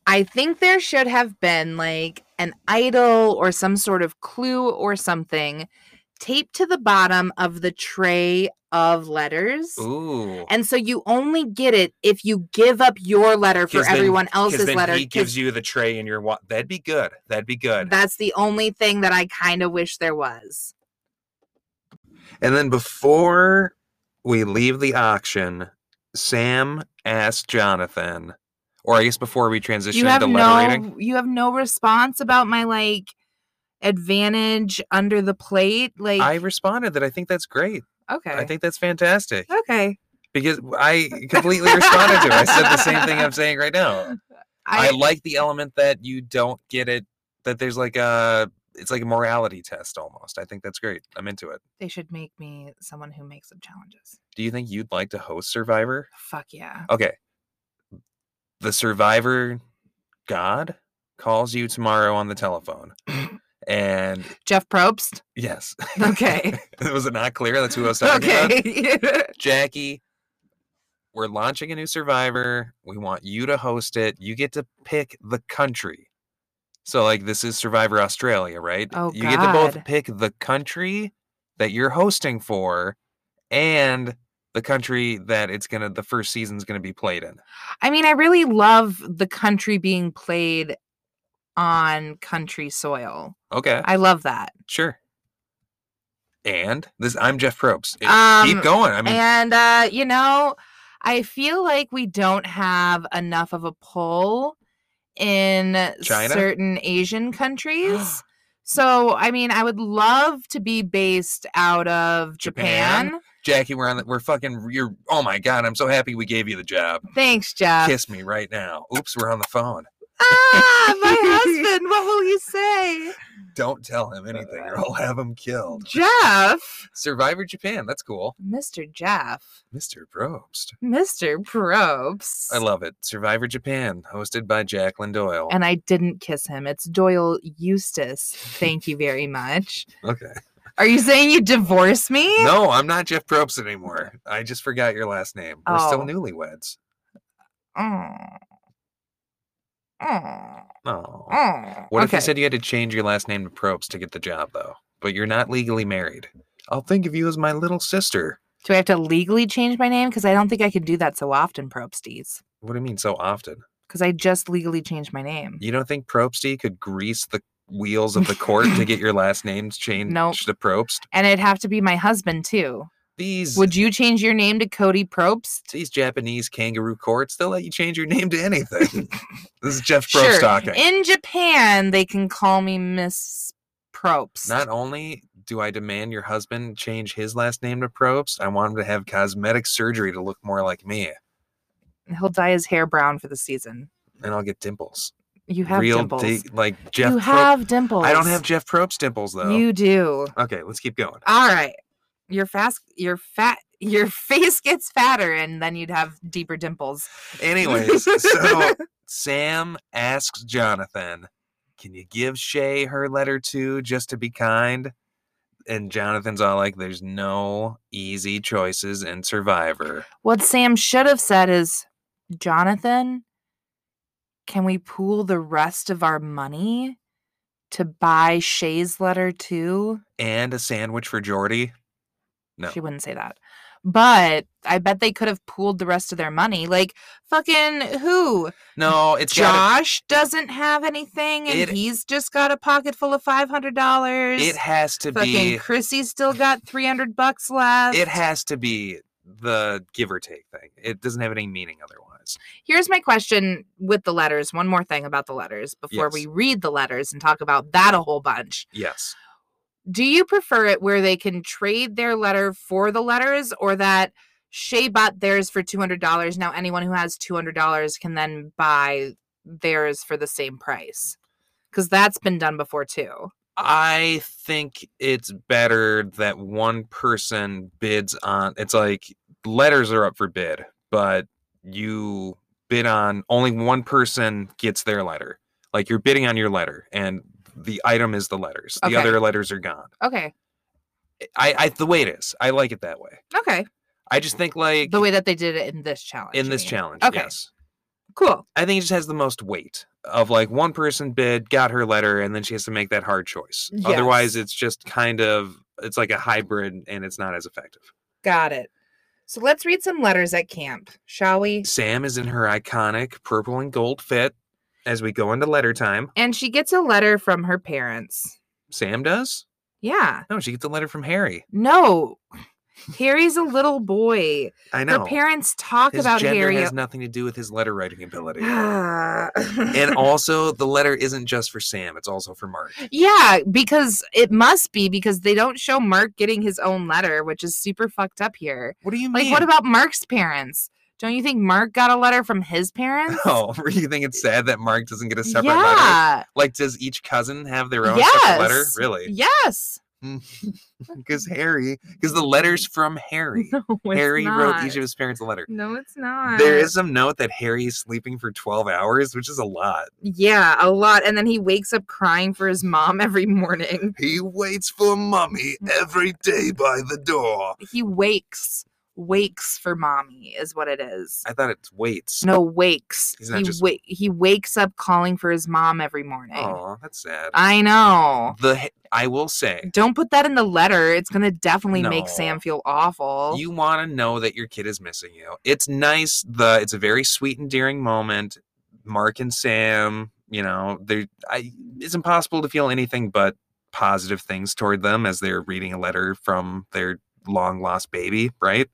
B: I think there should have been like an idol or some sort of clue or something taped to the bottom of the tray of letters.
A: Ooh.
B: And so you only get it if you give up your letter for
A: 'Cause then-
B: everyone
A: 'Cause
B: else's
A: then
B: letter.
A: he
B: 'cause
A: gives you the tray in your wa- That'd be good. That'd be good.
B: that's the only thing that I kind of wish there was.
A: And then before we leave the auction, Sam asked Jonathan, or I guess before we transition
B: You have
A: into
B: no
A: letter rating.
B: you have no response about my like advantage under the plate like
A: I responded that I think that's great.
B: okay.
A: I think that's fantastic.
B: okay.
A: Because
B: *laughs*
A: I completely responded to it. I said the same thing I'm saying right now. I, like the element that you don't get it that there's like a it's like a morality test almost. I think that's great. I'm into it.
B: they should make me someone who makes up challenges.
A: Do you think you'd like to host Survivor?
B: Fuck yeah.
A: Okay. The Survivor God calls you tomorrow on the telephone. and
B: Jeff Probst. *laughs*
A: yes. *laughs*
B: Okay. *laughs*
A: Was it not clear? That's who I was talking about.
B: okay. *laughs*
A: Jackie, we're launching a new Survivor. We want you to host it. You get to pick the country. So, like, this is Survivor Australia, right?
B: Oh,
A: you get to both
B: God.
A: pick the country that you're hosting for and the country that it's gonna the first season's gonna be played in.
B: I mean, I really love the country being played on country soil.
A: Okay,
B: I love that.
A: sure. And this, I'm Jeff Probst. It-
B: Um,
A: Keep going. I mean,
B: and uh, you know, I feel like we don't have enough of a pull in
A: China?
B: certain
A: *gasps*
B: Asian countries. So, I mean, I would love to be based out of
A: Japan?
B: Japan.
A: Jackie, we're on. The, we're fucking. You're. Oh my god, I'm so happy we gave you the job.
B: Thanks, Jeff.
A: Kiss me right now. Oops, we're on the phone.
B: ah,
A: *laughs*
B: my husband, what will you say?
A: Don't tell him anything or I'll have him killed.
B: Jeff,
A: Uh, Survivor Japan. That's cool.
B: Mr. Jeff,
A: Mr. Probst.
B: Mr. Probes.
A: I love it. Survivor Japan, hosted by Jacqueline Doyle.
B: and I didn't kiss him. It's Doyle Eustace. Thank you very much.
A: okay.
B: Are you saying you divorce me?
A: No, I'm not Jeff Probst anymore. I just forgot your last name. We're still
B: Oh.
A: newlyweds.
B: Aw. Aw.
A: Oh.
B: Aw.
A: What if
B: Eh, okay.
A: you said you had to change your last name to Probst to get the job, though? But you're not legally married. I'll think of you as my little sister.
B: Do I have to legally change my name? Because I don't think I can do that so often, Probsties.
A: What do you mean so often?
B: Because I just legally changed my name.
A: You don't think Probsty could grease the wheels of the court to get your last names changed
B: *laughs* Nope.
A: to Probst?
B: And it'd have to be my husband, too.
A: These
B: Would you change your name to Cody Probst?
A: these Japanese kangaroo courts, they'll let you change your *laughs* name to
B: *laughs*
A: anything. this is Jeff Probst
B: Sure.
A: talking.
B: In Japan, they can call me Miss Probst.
A: Not only do I demand your husband change his last name to Probst, I want him to have cosmetic surgery to look more like me,
B: He'll dye his hair brown for the season.
A: and I'll get dimples.
B: You have
A: real
B: dimples.
A: dig- like Jeff.
B: you
A: Pro-
B: have dimples.
A: I don't have Jeff Probst dimples though.
B: You do.
A: Okay, let's keep going.
B: All right. Your fast your fat *laughs* your face gets fatter and then you'd have deeper dimples.
A: Anyways, so Sam asks Jonathan, "Can you give Shay her letter too, just to be kind?" And Jonathan's all like, "There's no easy choices in Survivor."
B: What Sam should have said is, Jonathan, can we pool the rest of our money to buy Shay's letter too?
A: And a sandwich for Jordy. No.
B: She wouldn't say that. But I bet they could have pooled the rest of their money. Like fucking who?
A: No, it's got.
B: Josh doesn't have anything and
A: It-
B: he's just got a pocket full of five hundred dollars.
A: It has to
B: Fucking
A: be.
B: Chrissy's still got 300 bucks left.
A: It has to be the give or take thing. It doesn't have any meaning otherwise.
B: Here's my question with the letters. One more thing about the letters before we
A: Yes.
B: read the letters and talk about that a whole bunch.
A: Yes.
B: Do you prefer it where they can trade their letter for the letters or that Shay bought theirs for $200? Now, anyone who has $200 can then buy theirs for the same price because that's been done before too.
A: I think it's better that one person bids on it's like letters are up for bid, but you bid on only one person gets their letter. Like you're bidding on your letter and the item is the letters. The
B: Okay.
A: other letters are gone.
B: Okay.
A: I, I the way it is. I like it that way.
B: Okay.
A: I just think like
B: The way that they did it in this challenge.
A: in
B: you
A: this
B: mean.
A: challenge,
B: Okay.
A: yes.
B: Cool.
A: I think it just has the most weight of like one person bid, got her letter, and then she has to make that hard choice. Otherwise,
B: Yes.
A: it's just kind of it's like a hybrid, and it's not as effective.
B: Got it. So let's read some letters at camp, shall we?
A: Sam is in her iconic purple and gold fit as we go into letter time.
B: And she gets a letter from her parents.
A: Sam does.
B: Yeah.
A: No, she gets a letter from Harry.
B: No. Harry's a little boy.
A: I
B: Her
A: know.
B: parents talk
A: his
B: about
A: gender
B: Harry. Ah.
A: has nothing to do with his letter writing ability.
B: and *laughs*
A: and also, the letter isn't just for Sam; it's also for Mark.
B: *sighs* yeah, because it must be because they don't show Mark getting his own letter, which is super fucked up here.
A: What do you
B: Like,
A: mean?
B: *laughs* what about Mark's parents? Don't you think Mark got a letter from his parents?
A: *laughs* Oh, *laughs* you think it's sad that Mark doesn't get a separate letter?
B: yeah.
A: Like, does each cousin have their own separate letter?
B: Yes. *laughs*
A: Really? Hmm.
B: Yes.
A: Because Harry, because the letter's from Harry.
B: *laughs* No, it's
A: Harry wrote
B: not.
A: each of his parents a letter.
B: No, it's not.
A: There is some note that Harry is sleeping for 12 hours, which is a lot.
B: Yeah, a lot. And then he wakes up crying for his mom *laughs* every morning.
A: He waits for mommy
B: Mm.
A: every day by the door.
B: He wakes, wakes for mommy is what it is.
A: I thought it's waits.
B: No, wakes.
A: He's not
B: he
A: just- Oh.
B: wa- he wakes up calling for his mom every morning.
A: Aw, that's sad.
B: I know.
A: The h- I will say,
B: Don't put that in the letter. It's gonna definitely make Sam
A: No.
B: feel awful.
A: you want to know that your kid is missing you. It's nice. The it's a very sweet, endearing moment. Mark and Sam, you know, they I it's impossible to feel anything but positive things toward them as they're reading a letter from their long lost baby, right?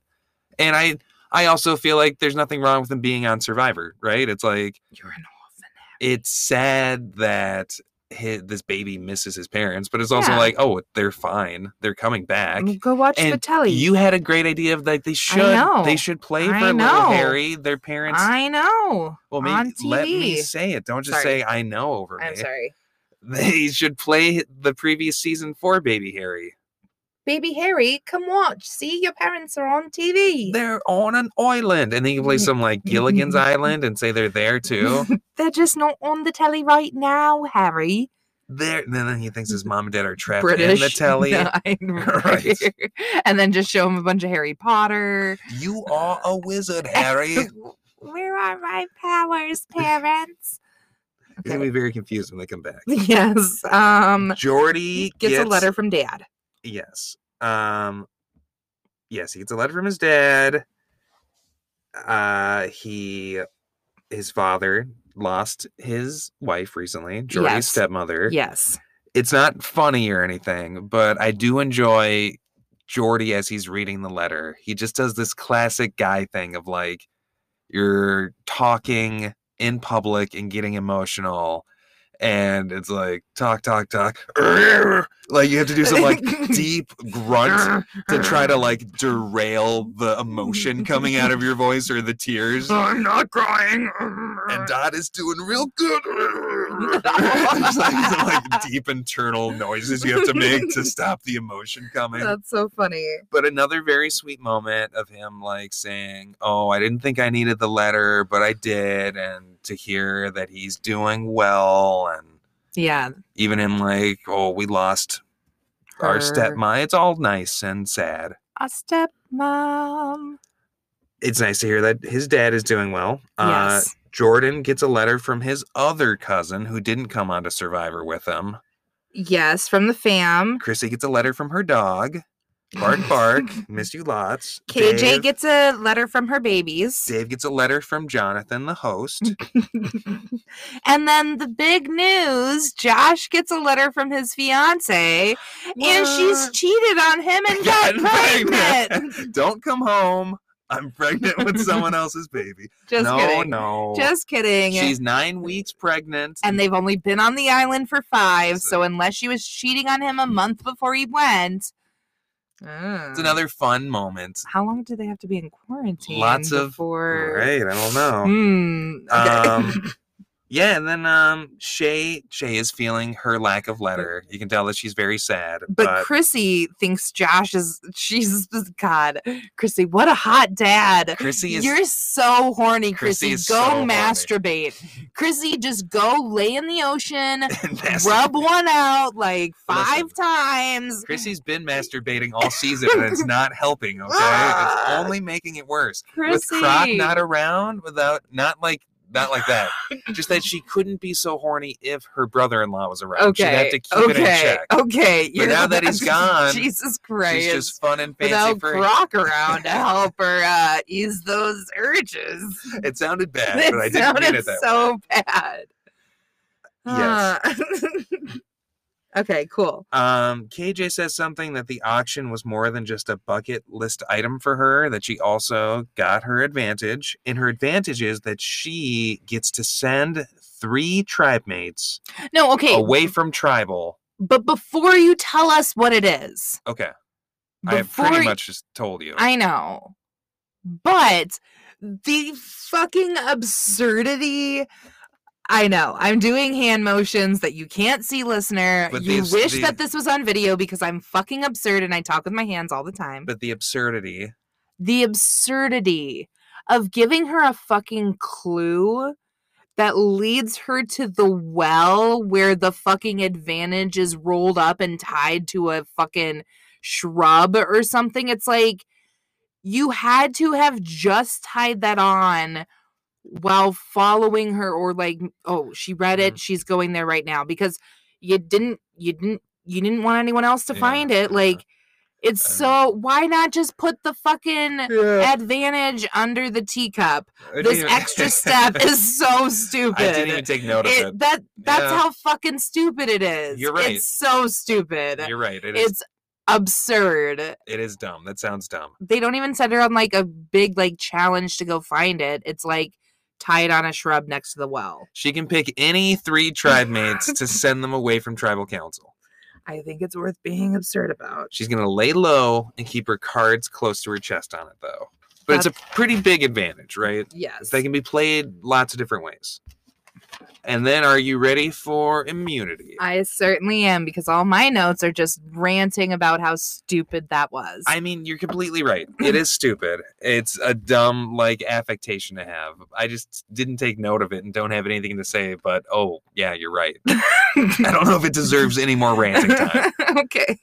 A: And I I also feel like there's nothing wrong with them being on Survivor, right? It's like
B: You're an orphan.
A: it's sad that hi this baby misses his parents, but it's also
B: Yeah.
A: like, oh, they're fine. They're coming back.
B: Well, Go watch
A: And
B: Vitelli.
A: You had a great idea of like they should
B: know.
A: they should play
B: I
A: for
B: know.
A: little Harry. Their parents.
B: I know.
A: well, maybe
B: on
A: let me
B: TV.
A: say it. Don't just
B: Sorry.
A: say I know over
B: I'm
A: me.
B: sorry.
A: *laughs* They should play the previous season for baby Harry.
B: Baby Harry, come watch. See, your parents are on TV.
A: They're on an island, and then you can play some like
B: *laughs*
A: Gilligan's Island and say they're there too.
B: They're just not on the telly right now, Harry.
A: There, and then he thinks his mom and dad are trapped in the
B: *laughs*
A: telly. *laughs*
B: right. And then just show him a bunch of Harry Potter.
A: You are a
B: *laughs*
A: wizard, Harry.
B: Where are my powers, parents?
A: He's gonna be very confused when they come back.
B: *laughs* yes. Um
A: Jordy
B: gets, a letter from dad.
A: Yes. Um yes, he gets a letter from his dad. Uh he his father lost his wife recently, Jordy's
B: Yes.
A: stepmother.
B: Yes.
A: It's not funny or anything, but I do enjoy Jordy as he's reading the letter. He just does this classic guy thing of like you're talking in public and getting emotional and it's like talk talk talk *laughs* like you have to do some
B: *laughs*
A: like deep grunt to try to like derail the emotion coming out of your voice or the tears.
B: I'm not crying.
A: And Dot is doing real good. It's like, it's like deep internal noises you have to make to stop the emotion coming.
B: That's so funny.
A: but another very sweet moment of him like saying, "Oh, I didn't think I needed the letter, but I did," and to hear that he's doing well, and
B: Yeah.
A: even him like, "Oh, we lost our
B: her-
A: stepmom." It's all nice and sad.
B: Our stepmom.
A: It's nice to hear that his dad is doing well. Uh,
B: yes.
A: Jordan gets a letter from his other cousin who didn't come on to Survivor with him.
B: Yes, from the fam.
A: Chrissy gets a letter from her dog. Bark,
B: *laughs*
A: bark, miss you lots.
B: KJ
A: Dave-
B: gets a letter from her babies.
A: Dave gets a letter from Jonathan, the host.
B: *laughs* and then the big news Josh gets a letter from his fiance, *laughs* and *laughs* she's
A: What?
B: cheated on him
A: *laughs*
B: and got
A: Got *laughs*
B: pregnant.
A: Don't come home. I'm pregnant
B: *laughs*
A: with someone else's baby.
B: Just
A: no,
B: kidding.
A: no.
B: Just kidding.
A: She's nine weeks pregnant.
B: and they've only been on the island for five,
A: So-
B: so unless she was cheating on him a month before he went,
A: Mm.
B: uh,
A: it's another fun moment.
B: How long do they have to be in quarantine?
A: Lots of-
B: before.
A: Right, I don't know.
B: Hmm, okay.
A: Um, yeah, and then um, Shay Shay is feeling her lack of letter. You can tell that she's very sad.
B: *laughs* But
A: But,
B: Chrissy thinks Josh is she's God. Chrissy, what a hot dad.
A: Chrissy is
B: You're so horny,
A: Chrissy
B: Chrissy.
A: is so
B: go
A: horny.
B: masturbate. Chrissy, just go lay in
A: *laughs*
B: the ocean,
A: mas-
B: rub one out like five
A: Listen.
B: times.
A: Chrissy's been masturbating all season, and it's not helping. Okay,
B: *laughs*
A: it's
B: Ah.
A: only making it worse. with
B: Chrissy.
A: Croc not around, without not like not like that. Just that she couldn't be so horny if her brother-in-law was around. She'd have to keep it in
B: okay,
A: check.
B: okay.
A: But now that he's gone,
B: *laughs* Jesus Christ.
A: She's just fun and fancy
B: Without
A: for *laughs*
B: Croc around to help her uh, ease those urges.
A: it sounded bad,
B: That
A: but I didn't mean it
B: sounded
A: that way.
B: so bad.
A: Yes.
B: Huh. *laughs* okay, cool.
A: Um, KJ says something that the auction was more than just a bucket list item for her, that she also got her advantage. And her advantage is that she gets to send three tribe mates
B: No, okay.
A: away from tribal.
B: But before you tell us what it is,
A: Okay. I have
B: before
A: pretty
B: y-
A: much just told you.
B: I know. But the fucking absurdity I know. I'm doing hand motions that you can't see, listener.
A: But
B: you
A: these-
B: wish
A: the-
B: that this was on video because I'm fucking absurd and I talk with my hands all the time.
A: but the absurdity
B: *laughs* the absurdity of giving her a fucking clue that leads her to the well where the fucking advantage is rolled up and tied to a fucking shrub or something. It's like you had to have just tied that on while following her or like oh she read it
A: Mhm.
B: she's going there right now because you didn't you didn't you didn't want anyone else to
A: Yeah,
B: find it
A: yeah.
B: like it's
A: I
B: so why not just put the fucking
A: Yeah.
B: advantage under the teacup?
A: I didn't
B: *laughs* This
A: even- *laughs*
B: extra step is so stupid.
A: I didn't even take note of
B: It-
A: it.
B: that that's
A: Yeah.
B: how fucking stupid it is.
A: You're right.
B: It's so stupid.
A: You're right. It is.
B: it's absurd.
A: It is dumb. That sounds dumb.
B: They don't even set her on like a big like challenge to go find it. It's like tie it on a shrub next to the well.
A: She can pick any three tribe mates
B: *laughs*
A: to send them away from tribal council.
B: I think it's worth being absurd about.
A: She's gonna lay low and keep her cards close to her chest on it, though. But it's a pretty big advantage, right?
B: Yes.
A: They can be played lots of different ways. And then, are you ready for immunity?
B: I certainly am because all my notes are just ranting about how stupid that was.
A: I mean, you're completely right. It is stupid. It's a dumb like affectation to have. I just didn't take note of it and don't have anything to say. But oh yeah, you're right.
B: *laughs*
A: I don't know if it deserves any more ranting *laughs* time.
B: okay.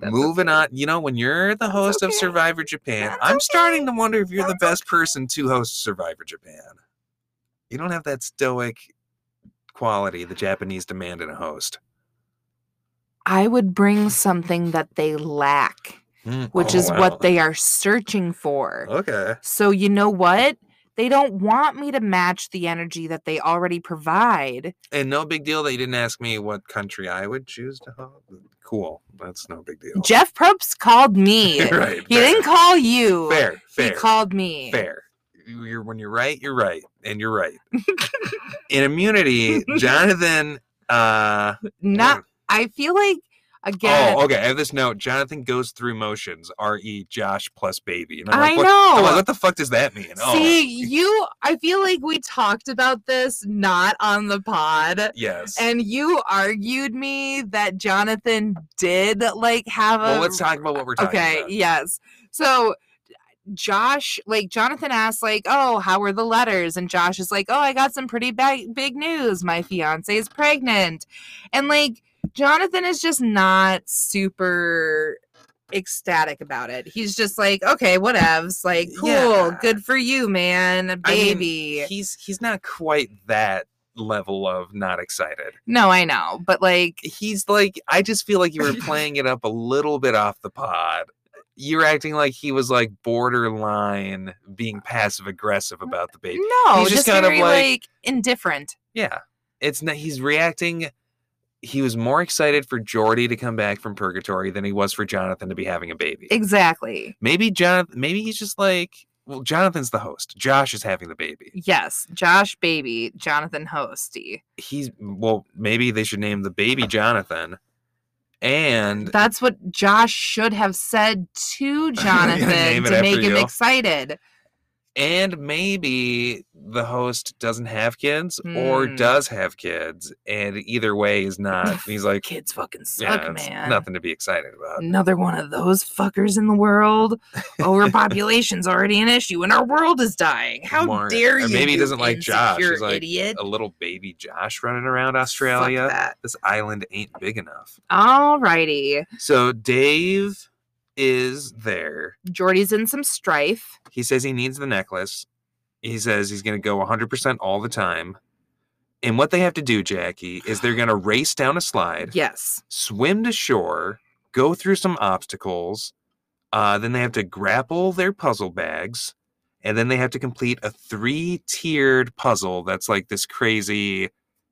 B: That's
A: Moving
B: okay.
A: on, you know, when you're the host of
B: okay.
A: Survivor Japan,
B: That's
A: I'm
B: okay.
A: starting to wonder if you're the
B: That's
A: best person to host Survivor Japan. You don't have that stoic quality the Japanese demand in a host,
B: I would bring something that they lack,
A: Hmm.
B: which
A: Oh,
B: is
A: wow.
B: what they are searching for.
A: Okay.
B: So, you know what? They don't want me to match the energy that they already provide.
A: And no big deal that you didn't ask me what country I would choose to host. Cool. That's no big deal. *laughs*
B: Jeff Probst called me.
A: right. *laughs*
B: He
A: fair.
B: didn't call you.
A: Fair.
B: He
A: Fair.
B: called me.
A: fair. You're when you're right, you're right, and you're
B: *laughs*
A: right. In immunity, Jonathan. Uh,
B: Not I feel like Again,
A: Oh, okay. I have this note. Jonathan goes through motions. R E Josh plus baby. And I'm
B: I
A: like, what,
B: know.
A: I'm like, what the fuck does that mean? Oh,
B: See, you, I feel like we talked about this not on the pod.
A: yes.
B: And you argued me that Jonathan did like have a
A: well, let's talk about what we're talking
B: okay
A: about.
B: yes so josh like jonathan asks like oh how were the letters and josh is like oh i got some pretty big, big news my fiance is pregnant and like jonathan is just not super ecstatic about it he's just like okay whatevs like cool
A: Yeah.
B: good for you man a
A: I mean,
B: baby
A: He's he's not quite that level of not excited.
B: no i know but like
A: He's like, I just feel like you *laughs* were playing it up a little bit off the pod. You're acting like he was like borderline being passive aggressive about the baby.
B: no
A: he's
B: just,
A: just kind of
B: very
A: like-
B: like indifferent
A: Yeah. It's not he's reacting he was more excited for Jordy to come back from purgatory than he was for Jonathan to be having a baby.
B: exactly
A: Maybe Jonathan maybe he's just like well Jonathan's the host. Josh is having the baby.
B: yes josh baby jonathan hosty
A: He's well maybe they should name the baby Jonathan. And
B: That's what Josh should have said
A: *laughs*
B: to Jonathan
A: Name it
B: to
A: after
B: make him
A: you.
B: excited.
A: and maybe the host doesn't have kids or
B: Hmm.
A: does have kids and either way is
B: *laughs*
A: not he's like
B: Kids fucking
A: yeah,
B: suck,
A: it's
B: man.
A: nothing to be excited about.
B: Another one of those fuckers in
A: *laughs*
B: the world. Overpopulation's already an issue, and our world is dying. How
A: Mar-
B: dare
A: or
B: you?
A: maybe he
B: you
A: doesn't like Josh.
B: insecure
A: He's like,
B: idiot.
A: A little baby Josh running around
B: Fuck
A: Australia.
B: that.
A: this island ain't big enough.
B: Alrighty,
A: So Dave is there.
B: Jordy's in some strife.
A: He says he needs the necklace. He says he's going to go 100% all the time. And what they have to do, Jackie, is they're going to race down a slide,
B: Yes,
A: swim to shore, go through some obstacles. Uh, then they have to grapple their puzzle bags. And then they have to complete a three tiered puzzle that's like this crazy.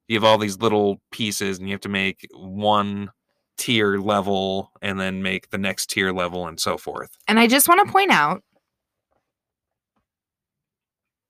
A: You have all these little pieces, and you have to make one tier level and then make the next tier level and so forth.
B: and I just want to point out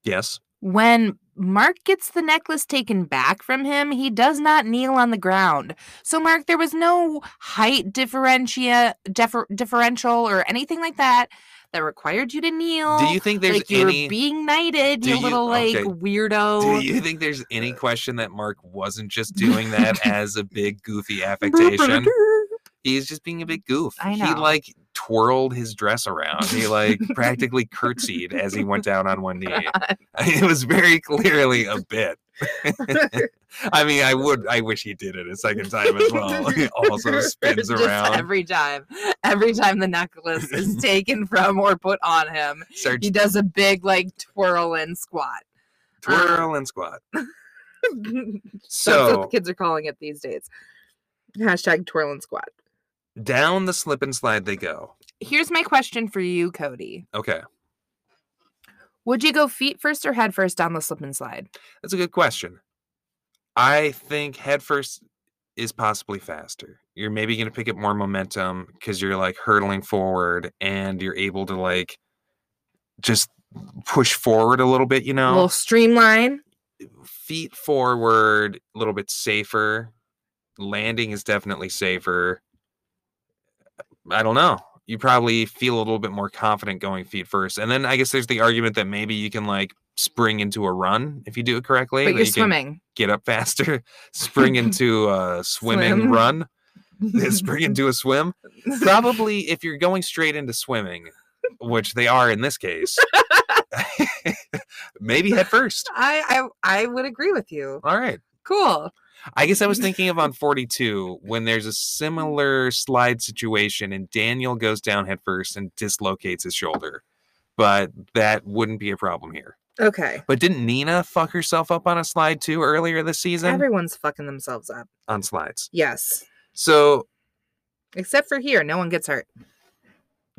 A: Yes.
B: when Mark gets the necklace taken back from him, he does not kneel on the ground. So, Mark, there was no height differentia, differ, differential or anything like that that required you to kneel.
A: Do you think there's
B: Oh, like you
A: any.
B: were being knighted,
A: Do
B: you
A: you-
B: little like
A: okay. *laughs* do
B: weirdo.
A: you think there's any question that Mark wasn't just doing that as a big goofy affectation? he's just being a big goof.
B: Mm, I
A: He
B: know.
A: like twirled his dress around. He
B: *laughs*
A: like practically curtsied as he went down on one knee. *laughs* It was very clearly a
B: *laughs*
A: bit. *laughs* I mean, I would I wish he did it a second time as well. *laughs* He also spins
B: *laughs* Just
A: around.
B: every time. Every time the
A: *laughs*
B: necklace is taken from or put on him,
A: Starts
B: he does a big like twirl and squat.
A: twirl and squat.
B: That's what the
A: So
B: kids are calling it these days. Hashtag twirl and squat.
A: down the slip and slide they go.
B: Here's my question for you, Cody.
A: Okay.
B: Would you go feet first or head first down the slip and slide?
A: That's a good question. I think headfirst is possibly faster. You're maybe going to pick up more momentum because you're like hurtling forward and you're able to like just push forward a little bit, you
B: A
A: know?
B: little streamline.
A: Feet forward, a little bit safer. Landing is definitely safer. I don't know. You probably feel a little bit more confident going feet first. And then I guess there's the argument that maybe you can like spring into a run if you do it correctly.
B: But
A: that
B: you're
A: you can-
B: swimming.
A: get up faster, *laughs* spring into a swimming
B: Swim.
A: run, *laughs*
B: *laughs*
A: spring into a swim. Probably if you're going straight into swimming, which they are in this case, *laughs* maybe head first.
B: I, I I would agree with you.
A: All right.
B: Cool.
A: I guess I was thinking of on 42 when there's a similar slide situation and Daniel goes down head first and dislocates his shoulder. But that wouldn't be a problem here.
B: Okay.
A: But didn't Nina fuck herself up on a slide too earlier this season?
B: Everyone's fucking themselves up.
A: on slides.
B: Yes.
A: So
B: Except for here, no one gets hurt.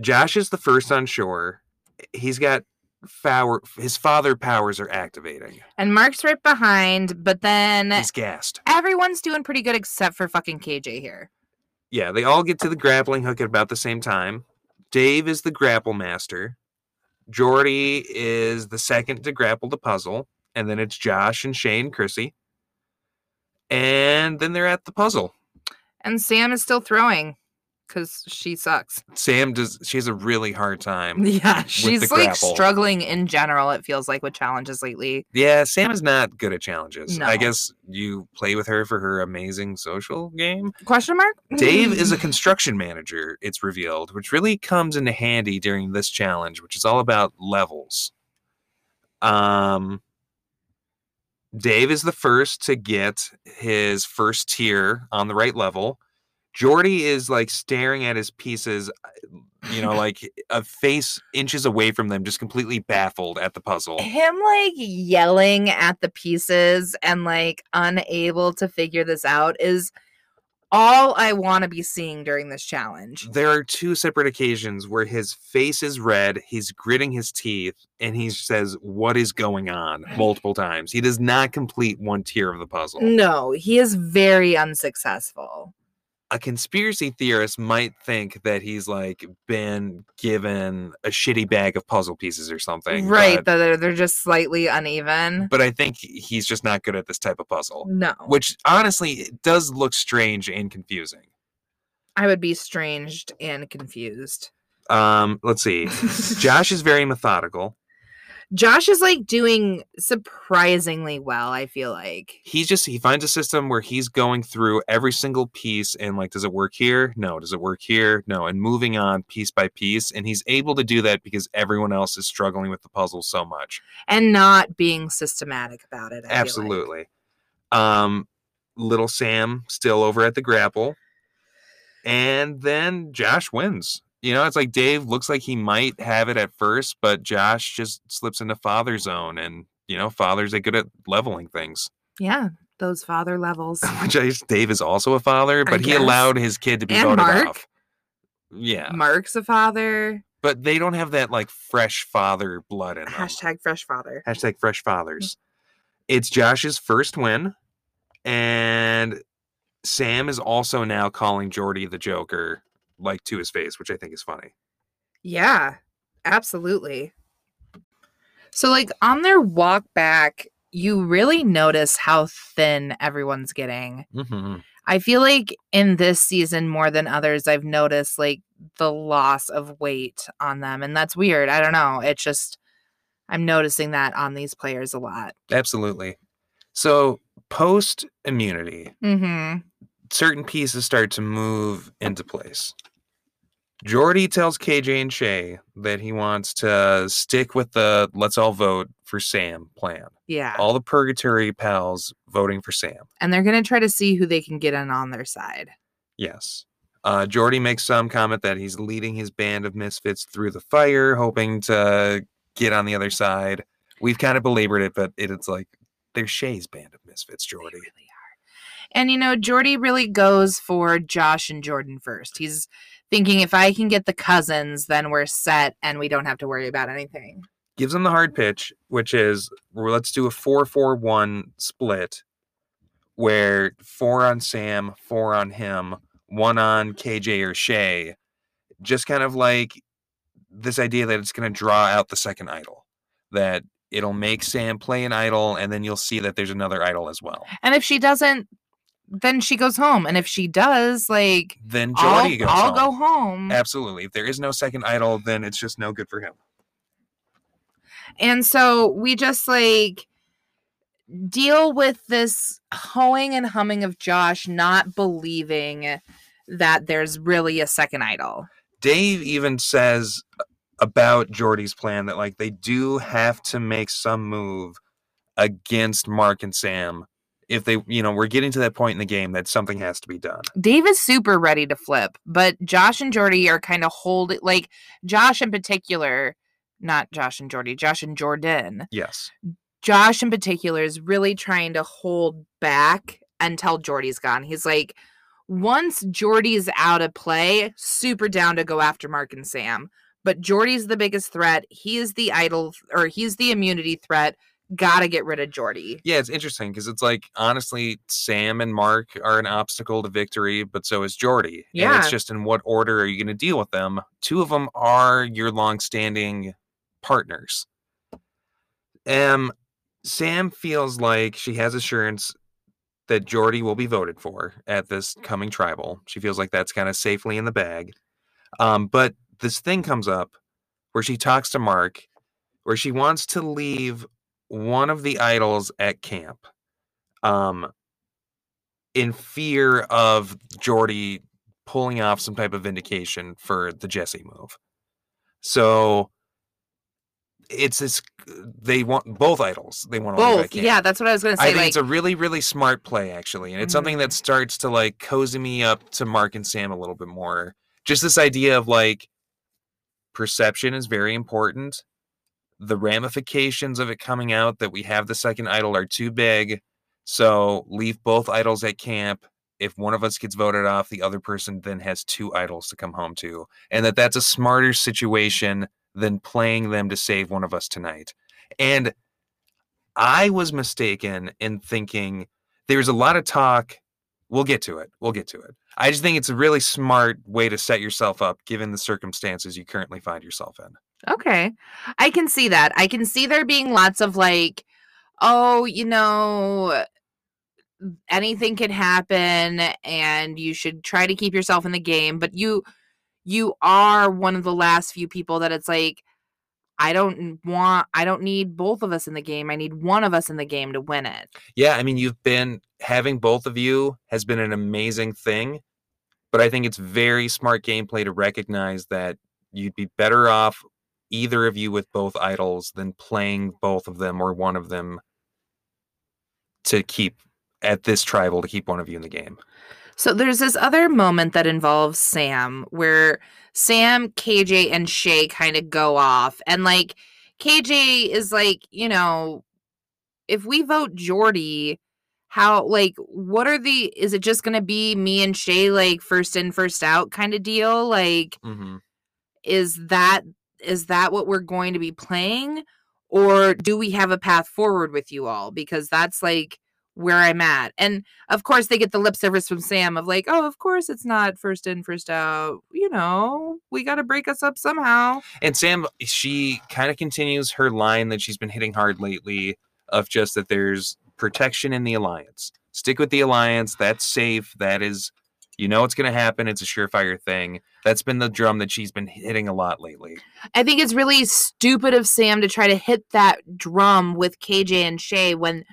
A: Josh is the first on shore. He's got power. His father powers are activating.
B: And Mark's right behind, but then
A: He's gassed.
B: everyone's doing pretty good except for fucking KJ here.
A: Yeah, they all get to the grappling hook at about the same time. Dave is the grapple master. Jordy is the second to grapple the puzzle, and then it's Josh and Shane, Chrissy, and then they're at the puzzle.
B: And Sam is still throwing because she sucks.
A: Sam does. She has a really hard time.
B: *laughs* Yeah, she's like
A: grapple.
B: struggling in general. It feels like with challenges lately.
A: Yeah, Sam is not good at challenges. I
B: No.
A: guess you play with her for her amazing social game.
B: Question mark?
A: Dave is a construction manager, it's revealed, which really comes into handy during this challenge, which is all about levels. Um Dave is the first to get his first tier on the right level. Jordy is like staring at his pieces, you know, like a face inches away from them, just completely baffled at the puzzle.
B: *laughs* him like yelling at the pieces and like unable to figure this out is all I want to be seeing during this challenge.
A: there are two separate occasions where his face is red, he's gritting his teeth, and he says, What is going on? multiple times. He does not complete one tier of the puzzle.
B: No, he is very unsuccessful.
A: A conspiracy theorist might think that he's like been given a shitty bag of puzzle pieces or something.
B: right,
A: But,
B: that they're, they're just slightly uneven.
A: but I think he's just not good at this type of puzzle,
B: No,
A: which honestly it does look strange and confusing.
B: I would be stranged and confused.
A: Um, let's
B: *laughs*
A: see. Josh is very methodical.
B: Josh is like doing surprisingly well, I feel like.
A: he's just he finds a system where he's going through every single piece and like does it work here no does it work here no and moving on piece by piece and he's able to do that because everyone else is struggling with the puzzle so much
B: And not being systematic about it. I feel like.
A: absolutely um little sam still over at the grapple and then josh wins you know it's like dave looks like he might have it at first but josh just slips into father zone and you know fathers are good at leveling things
B: Yeah, those father levels.
A: *laughs* which I guess Dave is also a father, but he
B: guess.
A: allowed his kid to be
B: And
A: voted
B: Mark. Mm.
A: off. Yeah,
B: Mark's a father.
A: but they don't have that like fresh father blood in them. Hashtag,
B: Hashtag Mm. fresh father.
A: fresh fathers. It's Josh's first win, and Sam is also now calling Jordy the Joker like to his face, which I think is funny.
B: Yeah, absolutely. So, like, on their walk back, you really notice how thin everyone's getting.
A: Mm-hmm.
B: I feel like in this season, more than others, I've noticed like the loss of weight on them. And that's weird. I don't know. It's just, I'm noticing that on these players a lot.
A: Absolutely. So post immunity,
B: Mm hmm.
A: certain pieces start to move into place. Jordy tells KJ and Shay that he wants to stick with the let's all vote for Sam plan.
B: Yeah.
A: All the purgatory pals voting for Sam.
B: And they're going to try to see who they can get in on their side.
A: Yes. Uh, Jordy makes some comment that he's leading his band of misfits through the fire, hoping to get on the other side. We've kind of belabored it, but it, it's like they're Shay's band of misfits,
B: They
A: Jordy.
B: really are. And you know, Jordy really goes for Josh and Jordan first. He's thinking if I can get the cousins, then we're set and we don't have to worry about anything.
A: gives him the hard pitch, which is well, let's do a four-four-one split where four on Sam, four on him, one on KJ or Shay. Just kind of like this idea that it's going to draw out the second idol, that it'll make Sam play an idol, and then you'll see that there's another idol as well.
B: And if she doesn't, then she goes home. And if she does, like
A: Then
B: I'll,
A: Jordy goes
B: I'll
A: home.
B: go home.
A: Absolutely. If there is no second idol, then it's just no good for him.
B: And so we just like deal with this hoeing and humming of Josh not believing that there's really a second idol.
A: Dave even says about Jordy's plan that like they do have to make some move against Mark and Sam if they you know we're getting to that point in the game that something has to be done.
B: Dave is super ready to flip, but Josh and Jordy are kind of holding, like Josh in particular, not Josh and Jordy, Josh and Jordan.
A: Yes.
B: Josh in particular is really trying to hold back until Jordy's gone. He's like, once Jordy's out of play, super down to go after Mark and Sam. But Jordy's the biggest threat. He is the idol, or he's the immunity threat. Gotta get rid of Jordy.
A: Yeah, it's interesting because it's like honestly Sam and Mark are an obstacle to victory, but so is Jordy. And it's
B: Yeah.
A: just in what order are you going to deal with them? Two of them are your long-standing partners. Um Sam feels like she has assurance that Jordy will be voted for at this coming tribal. She feels like that's kind of safely in the bag. Um, but this thing comes up where she talks to Mark, where she wants to leave one of the idols at camp, um, in fear of Jordy pulling off some type of vindication for the Jesse move. So it's this they want both idols they want to leave at
B: Both.
A: camp.
B: Yeah, that's what I was gonna
A: I
B: say.
A: think
B: Like, Mm-hmm.
A: it's a really, really smart play, actually. And it's something that starts to like cozy me up to Mark and Sam a little bit more. Just this idea of like perception is very important. The ramifications of it coming out that we have the second idol are too big. So leave both idols at camp. If one of us gets voted off, the other person then has two idols to come home to. And that that's a smarter situation than playing them to save one of us tonight. And I was mistaken in thinking there's a lot of talk. We'll get to it. We'll get to it. I just think it's a really smart way to set yourself up given the circumstances you currently find yourself in.
B: Okay. I can see that. I can see there being lots of like, oh, you know, anything can happen and you should try to keep yourself in the game, but you you are one of the last few people that it's like I don't want I don't need both of us in the game. I need one of us in the game to win it.
A: Yeah, I mean, you've been having both of you has been an amazing thing, but I think it's very smart gameplay to recognize that you'd be better off either of you with both idols than playing both of them or one of them to keep at this tribal to keep one of you in the game.
B: So there's this other moment that involves Sam where Sam, KJ, and Shay kind of go off. And like KJ is like, you know, if we vote Jordy, how like what are the is it just gonna be me and Shay like first in, first out kind of deal? Like
A: Mm-hmm.
B: is that is that what we're going to be playing or do we have a path forward with you all because that's like where i'm at and of course they get the lip service from sam of like oh of course it's not first in first out you know we got to break us up somehow
A: And Sam, she kind of continues her line that she's been hitting hard lately of just that there's protection in the alliance. Stick with the alliance. That's safe. That is, you know, it's going to happen. It's a surefire thing. That's been the drum that she's been hitting a lot lately.
B: i think it's really stupid of sam to try to hit that drum with kj and shay when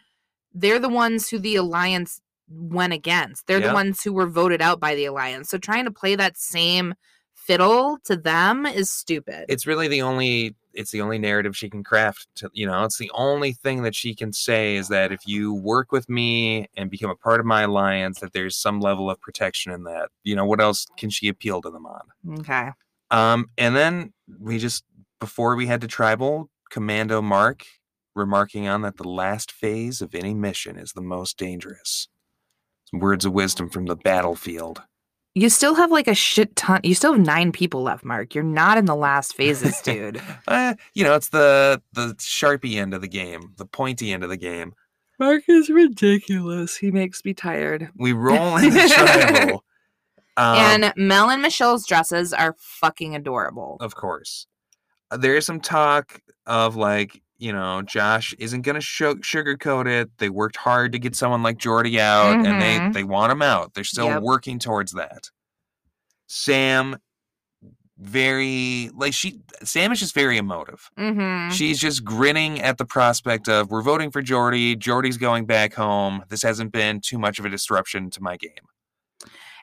B: they're the ones who the alliance went against they're
A: Yeah.
B: the ones who were voted out by the alliance so trying to play that same fiddle to them is stupid
A: It's really the only. It's the only narrative she can craft. To, you know, it's the only thing that she can say is that if you work with me and become a part of my alliance, that there's some level of protection in that. You know, what else can she appeal to them on?
B: Okay.
A: Um, and then we just before we head to tribal, Commando Mark remarking on that the last phase of any mission is the most dangerous. Some words of wisdom from the battlefield.
B: You still have like a shit ton. You still have nine people left, Mark. You're not in the last
A: *laughs*
B: phases, dude.
A: Uh, you know, it's the the sharpie end of the game, the pointy end of the game.
B: Mark is ridiculous. He makes me tired.
A: We roll into
B: *laughs*
A: tribal. Um,
B: and Mel and Michelle's dresses are fucking adorable.
A: of course. Uh, There is some talk of like, you know, Josh isn't going to shu- sugarcoat it. They worked hard to get someone like Jordy out and
B: Mhm.
A: they, they want him out. They're still
B: Yep.
A: working towards that. Sam, very, like, she, Sam is just very emotive.
B: Mm-hmm.
A: She's just grinning at the prospect of we're voting for Jordy. Jordy's going back home. This hasn't been too much of a disruption to my game.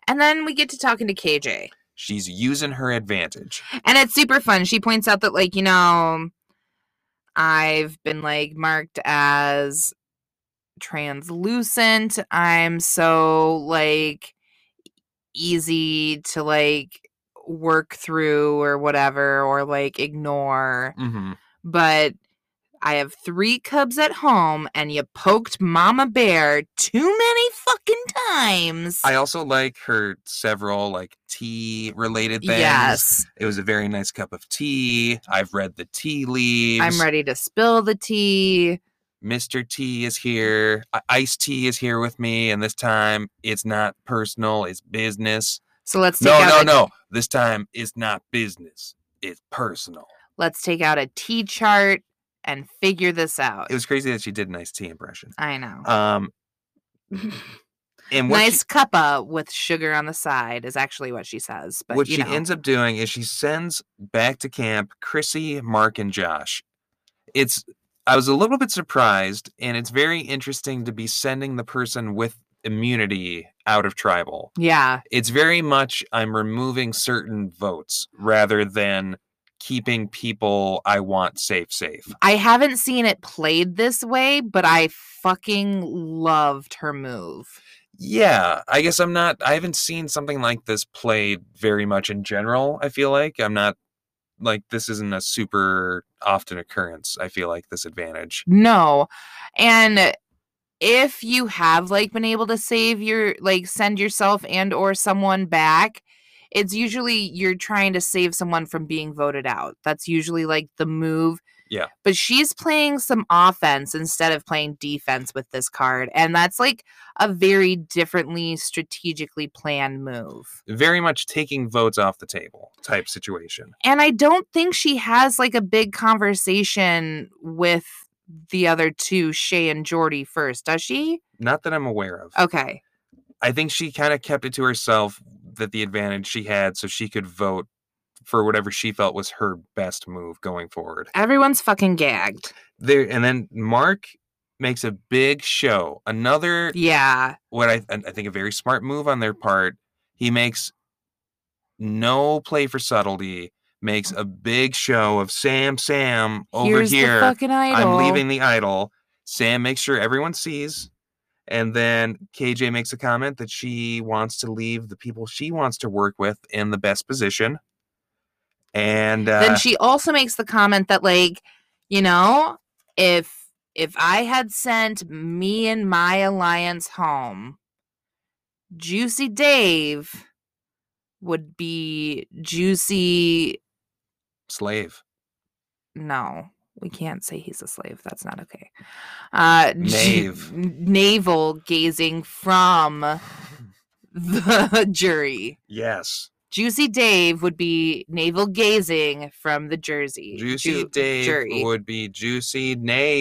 B: And then we get to talking to KJ.
A: She's using her advantage.
B: And it's super fun. She points out that, like, you know, I've been like marked as translucent. I'm so like e-, easy to like work through or whatever, or like ignore.
A: hmm
B: But I have three cubs at home, and you poked Mama Bear too many fucking times.
A: I also like her several like tea related things.
B: yes.
A: It was a very nice cup of tea. I've read the tea leaves.
B: I'm ready to spill the tea.
A: Mr. T
B: Mm.
A: is here. I- Iced tea is here with me. And this time it's not personal, it's business.
B: So let's take
A: No,
B: out
A: no,
B: a
A: no. This time it's not business, it's personal.
B: let's take out a T chart and figure this out. *laughs*
A: It was crazy that um, she did an iced tea impression.
B: I know.
A: Um, And what
B: nice
A: she,
B: cuppa with sugar on the side is actually what she says. But
A: what
B: you
A: she
B: know,
A: ends up doing is she sends back to camp Chrissy, Mark, and Josh. It's I was a little bit surprised, and it's very interesting to be sending the person with immunity out of tribal.
B: yeah,
A: It's very much I'm removing certain votes rather than keeping people I want safe safe.
B: I haven't seen it played this way, but I fucking loved her move.
A: Yeah, I guess I'm not. I haven't seen something like this played very much in general. I feel like I'm not like this isn't a super often occurrence. I feel like this advantage.
B: No. And if you have like been able to save your like send yourself and or someone back, it's usually you're trying to save someone from being voted out. That's usually like the move.
A: Yeah.
B: But she's playing some offense instead of playing defense with this card. And that's like a very differently strategically planned move.
A: Very much taking votes off the table type situation.
B: and I don't think she has like a big conversation with the other two, Shay and Jordy, first, does she?
A: Not that I'm aware of.
B: Okay.
A: I think she kind of kept it to herself that the advantage she had so she could vote for whatever she felt was her best move going forward.
B: Everyone's fucking gagged.
A: There and then Mark makes a big show. Another
B: Yeah.
A: what I and I think a very smart move on their part. He makes no play for subtlety. Makes a big show of Sam, Sam over
B: Mm. Here's
A: here.
B: the fucking idol.
A: I'm leaving the idol. Sam makes sure everyone sees. And then KJ makes a comment that she wants to leave the people she wants to work with in the best position. And uh,
B: then she also makes the comment that like, you know, if if I had sent me and my alliance home, Juicy Dave would be Juicy
A: slave.
B: no we can't say he's a slave that's not okay uh j-
A: Knave.
B: n- navel gazing from the *laughs* jury
A: Yes.
B: juicy dave would be navel gazing from the jersey
A: Juicy
B: Ju-
A: Dave
B: jury.
A: would be juicy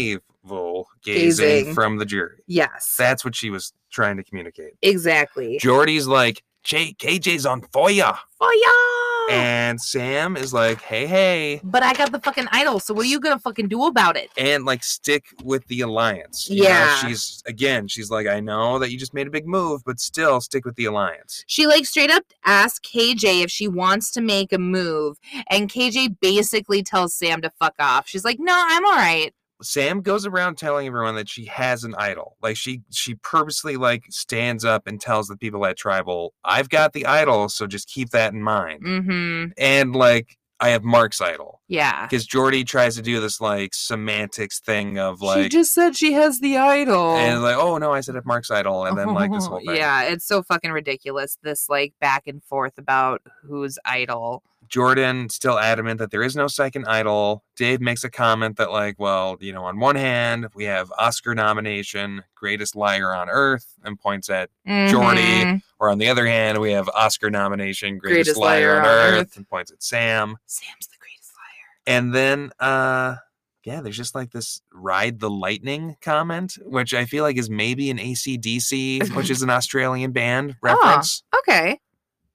A: navel gazing,
B: Gazing.
A: from the jury.
B: yes
A: That's what she was trying to communicate.
B: exactly
A: Jordy's like, J- KJ's on fire.
B: oh yeah
A: And Sam is like, hey, hey.
B: but i got the fucking idol so what are you gonna fucking do about it
A: and like stick with the alliance. you know?
B: Yeah.
A: she's again, she's like, I know that you just made a big move, but still stick with the alliance.
B: She like straight up asks KJ if she wants to make a move, and KJ basically tells Sam to fuck off. She's like, "No, I'm all right."
A: Sam goes around telling everyone that she has an idol. Like she she purposely like stands up and tells the people at tribal, I've got the idol, so just keep that in mind.
B: Mm-hmm.
A: And like I have Mark's idol.
B: Yeah.
A: Because Jordy tries to do this like semantics thing of like
B: just said she has the idol.
A: and like, oh no, I said I have Mark's idol, and then like *laughs*
B: *laughs*
A: this whole thing.
B: Yeah, it's so fucking ridiculous. This like back and forth about who's idol.
A: Jordan still adamant that there is no second idol. Dave makes a comment that, like, well, you know, on one hand, we have Oscar nomination, greatest liar on earth, and points at, Jordy,
B: Mhm.
A: or on the other hand, we have Oscar nomination, greatest,
B: Greatest
A: liar, on
B: liar on
A: earth,
B: earth.
A: and points at Sam.
B: Sam's the greatest liar.
A: And then, uh, yeah, there's just like this ride the lightning comment, which I feel like is maybe an ACDC, which is *laughs* an Australian band reference,
B: Okay,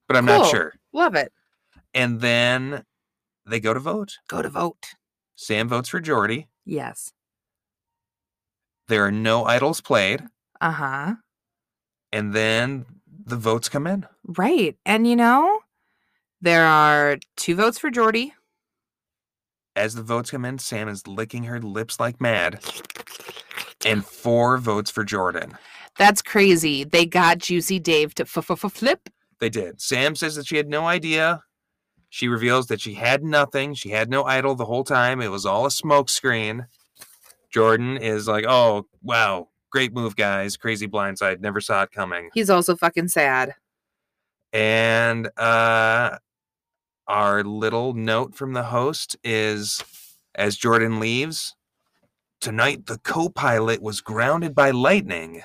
A: but I'm not
B: cool.
A: sure.
B: love it.
A: And then they go to vote.
B: Go to vote.
A: Sam votes for Jordy.
B: Yes.
A: There are no idols played,
B: Uh huh.
A: and then the votes come in.
B: Right, and you know, there are two votes for Jordy.
A: As the votes come in, Sam is licking her lips like mad, and four votes for Jordan.
B: That's crazy. They got Juicy Dave to f- f- f- flip.
A: They did. Sam says that she had no idea. She reveals that she had nothing. She had no idol the whole time. It was all a smokescreen. Jordan is like, "Oh wow, great move, guys! Crazy blindside. Never saw it coming."
B: He's also fucking sad.
A: And uh, our little note from the host is as Jordan leaves, tonight the co pilot was grounded by lightning.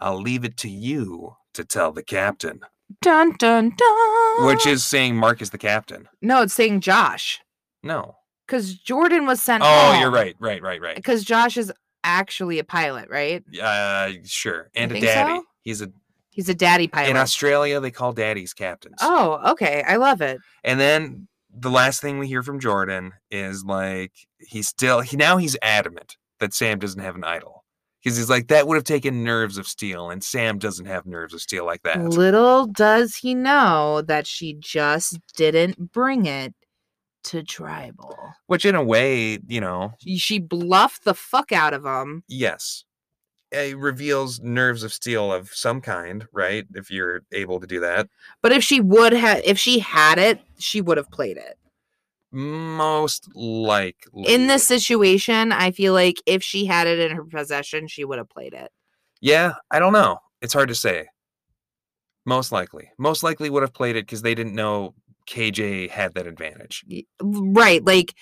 A: I'll leave it to you to tell the captain,
B: Dun dun dun.
A: which is saying Mark is the captain.
B: no, it's saying Josh
A: No.
B: because Jordan was sent.
A: Oh, you're
B: home.
A: right, right, right, right.
B: Because Josh is actually a pilot, right?
A: Uh, sure. And a
B: think
A: daddy.
B: so?
A: He's a
B: He's a daddy pirate.
A: In Australia, they call daddies captains.
B: oh, okay. I love it.
A: And then the last thing we hear from Jordan is like he's still he now he's adamant that Sam doesn't have an idol. Because he's like, that would have taken nerves of steel, and Sam doesn't have nerves of steel like that.
B: Little does he know that she just didn't bring it to tribal.
A: Which in a way, you know,
B: She- She bluffed the fuck out of him.
A: yes. It reveals nerves of steel of some kind, right? If you're able to do that.
B: But if she would have, if she had it, she would have played it.
A: Most likely.
B: In this situation, I feel like if she had it in her possession, she would have played it.
A: Yeah, I don't know. It's hard to say. Most likely. Most likely would have played it because they didn't know KJ had that advantage.
B: Y- Right. Like,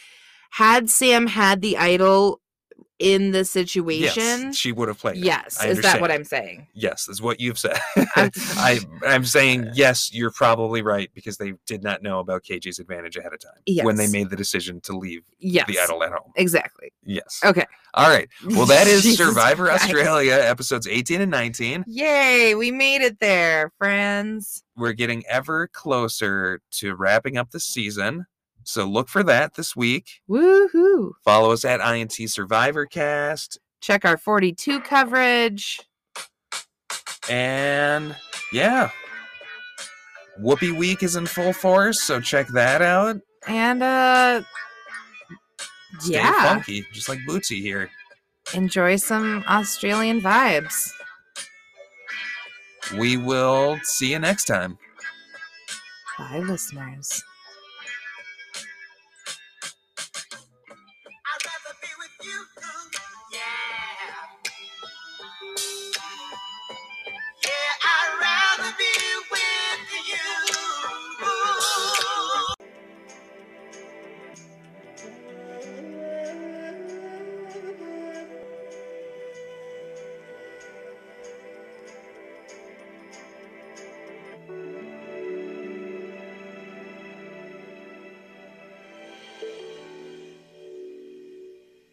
B: had Sam had the idol in this situation,
A: Yes, she would have played it.
B: yes,
A: I
B: is that what
A: understand.
B: I'm saying?
A: Yes, is what you've said.
B: I'm-
A: *laughs* I, I'm
B: *laughs*
A: saying, yes, you're probably right because they did not know about KJ's advantage ahead of time when they
B: Yes.
A: made the decision to leave
B: Yes.
A: the idol at home.
B: Exactly.
A: Yes.
B: Okay.
A: All right. Well,
B: *laughs*
A: that is
B: Jesus
A: Survivor
B: Christ.
A: Australia episodes 18 and 19.
B: Yay, we made it there, friends.
A: we're getting ever closer to wrapping up the season. So look for that this week.
B: Woohoo.
A: Follow us at INT Survivor Cast.
B: Check our 42 coverage.
A: And yeah. Whoopi Week is in full force, so check that out.
B: And uh
A: Stay
B: yeah,
A: funky, just like Bootsy here.
B: enjoy some Australian vibes.
A: We will see you next time.
B: Bye listeners.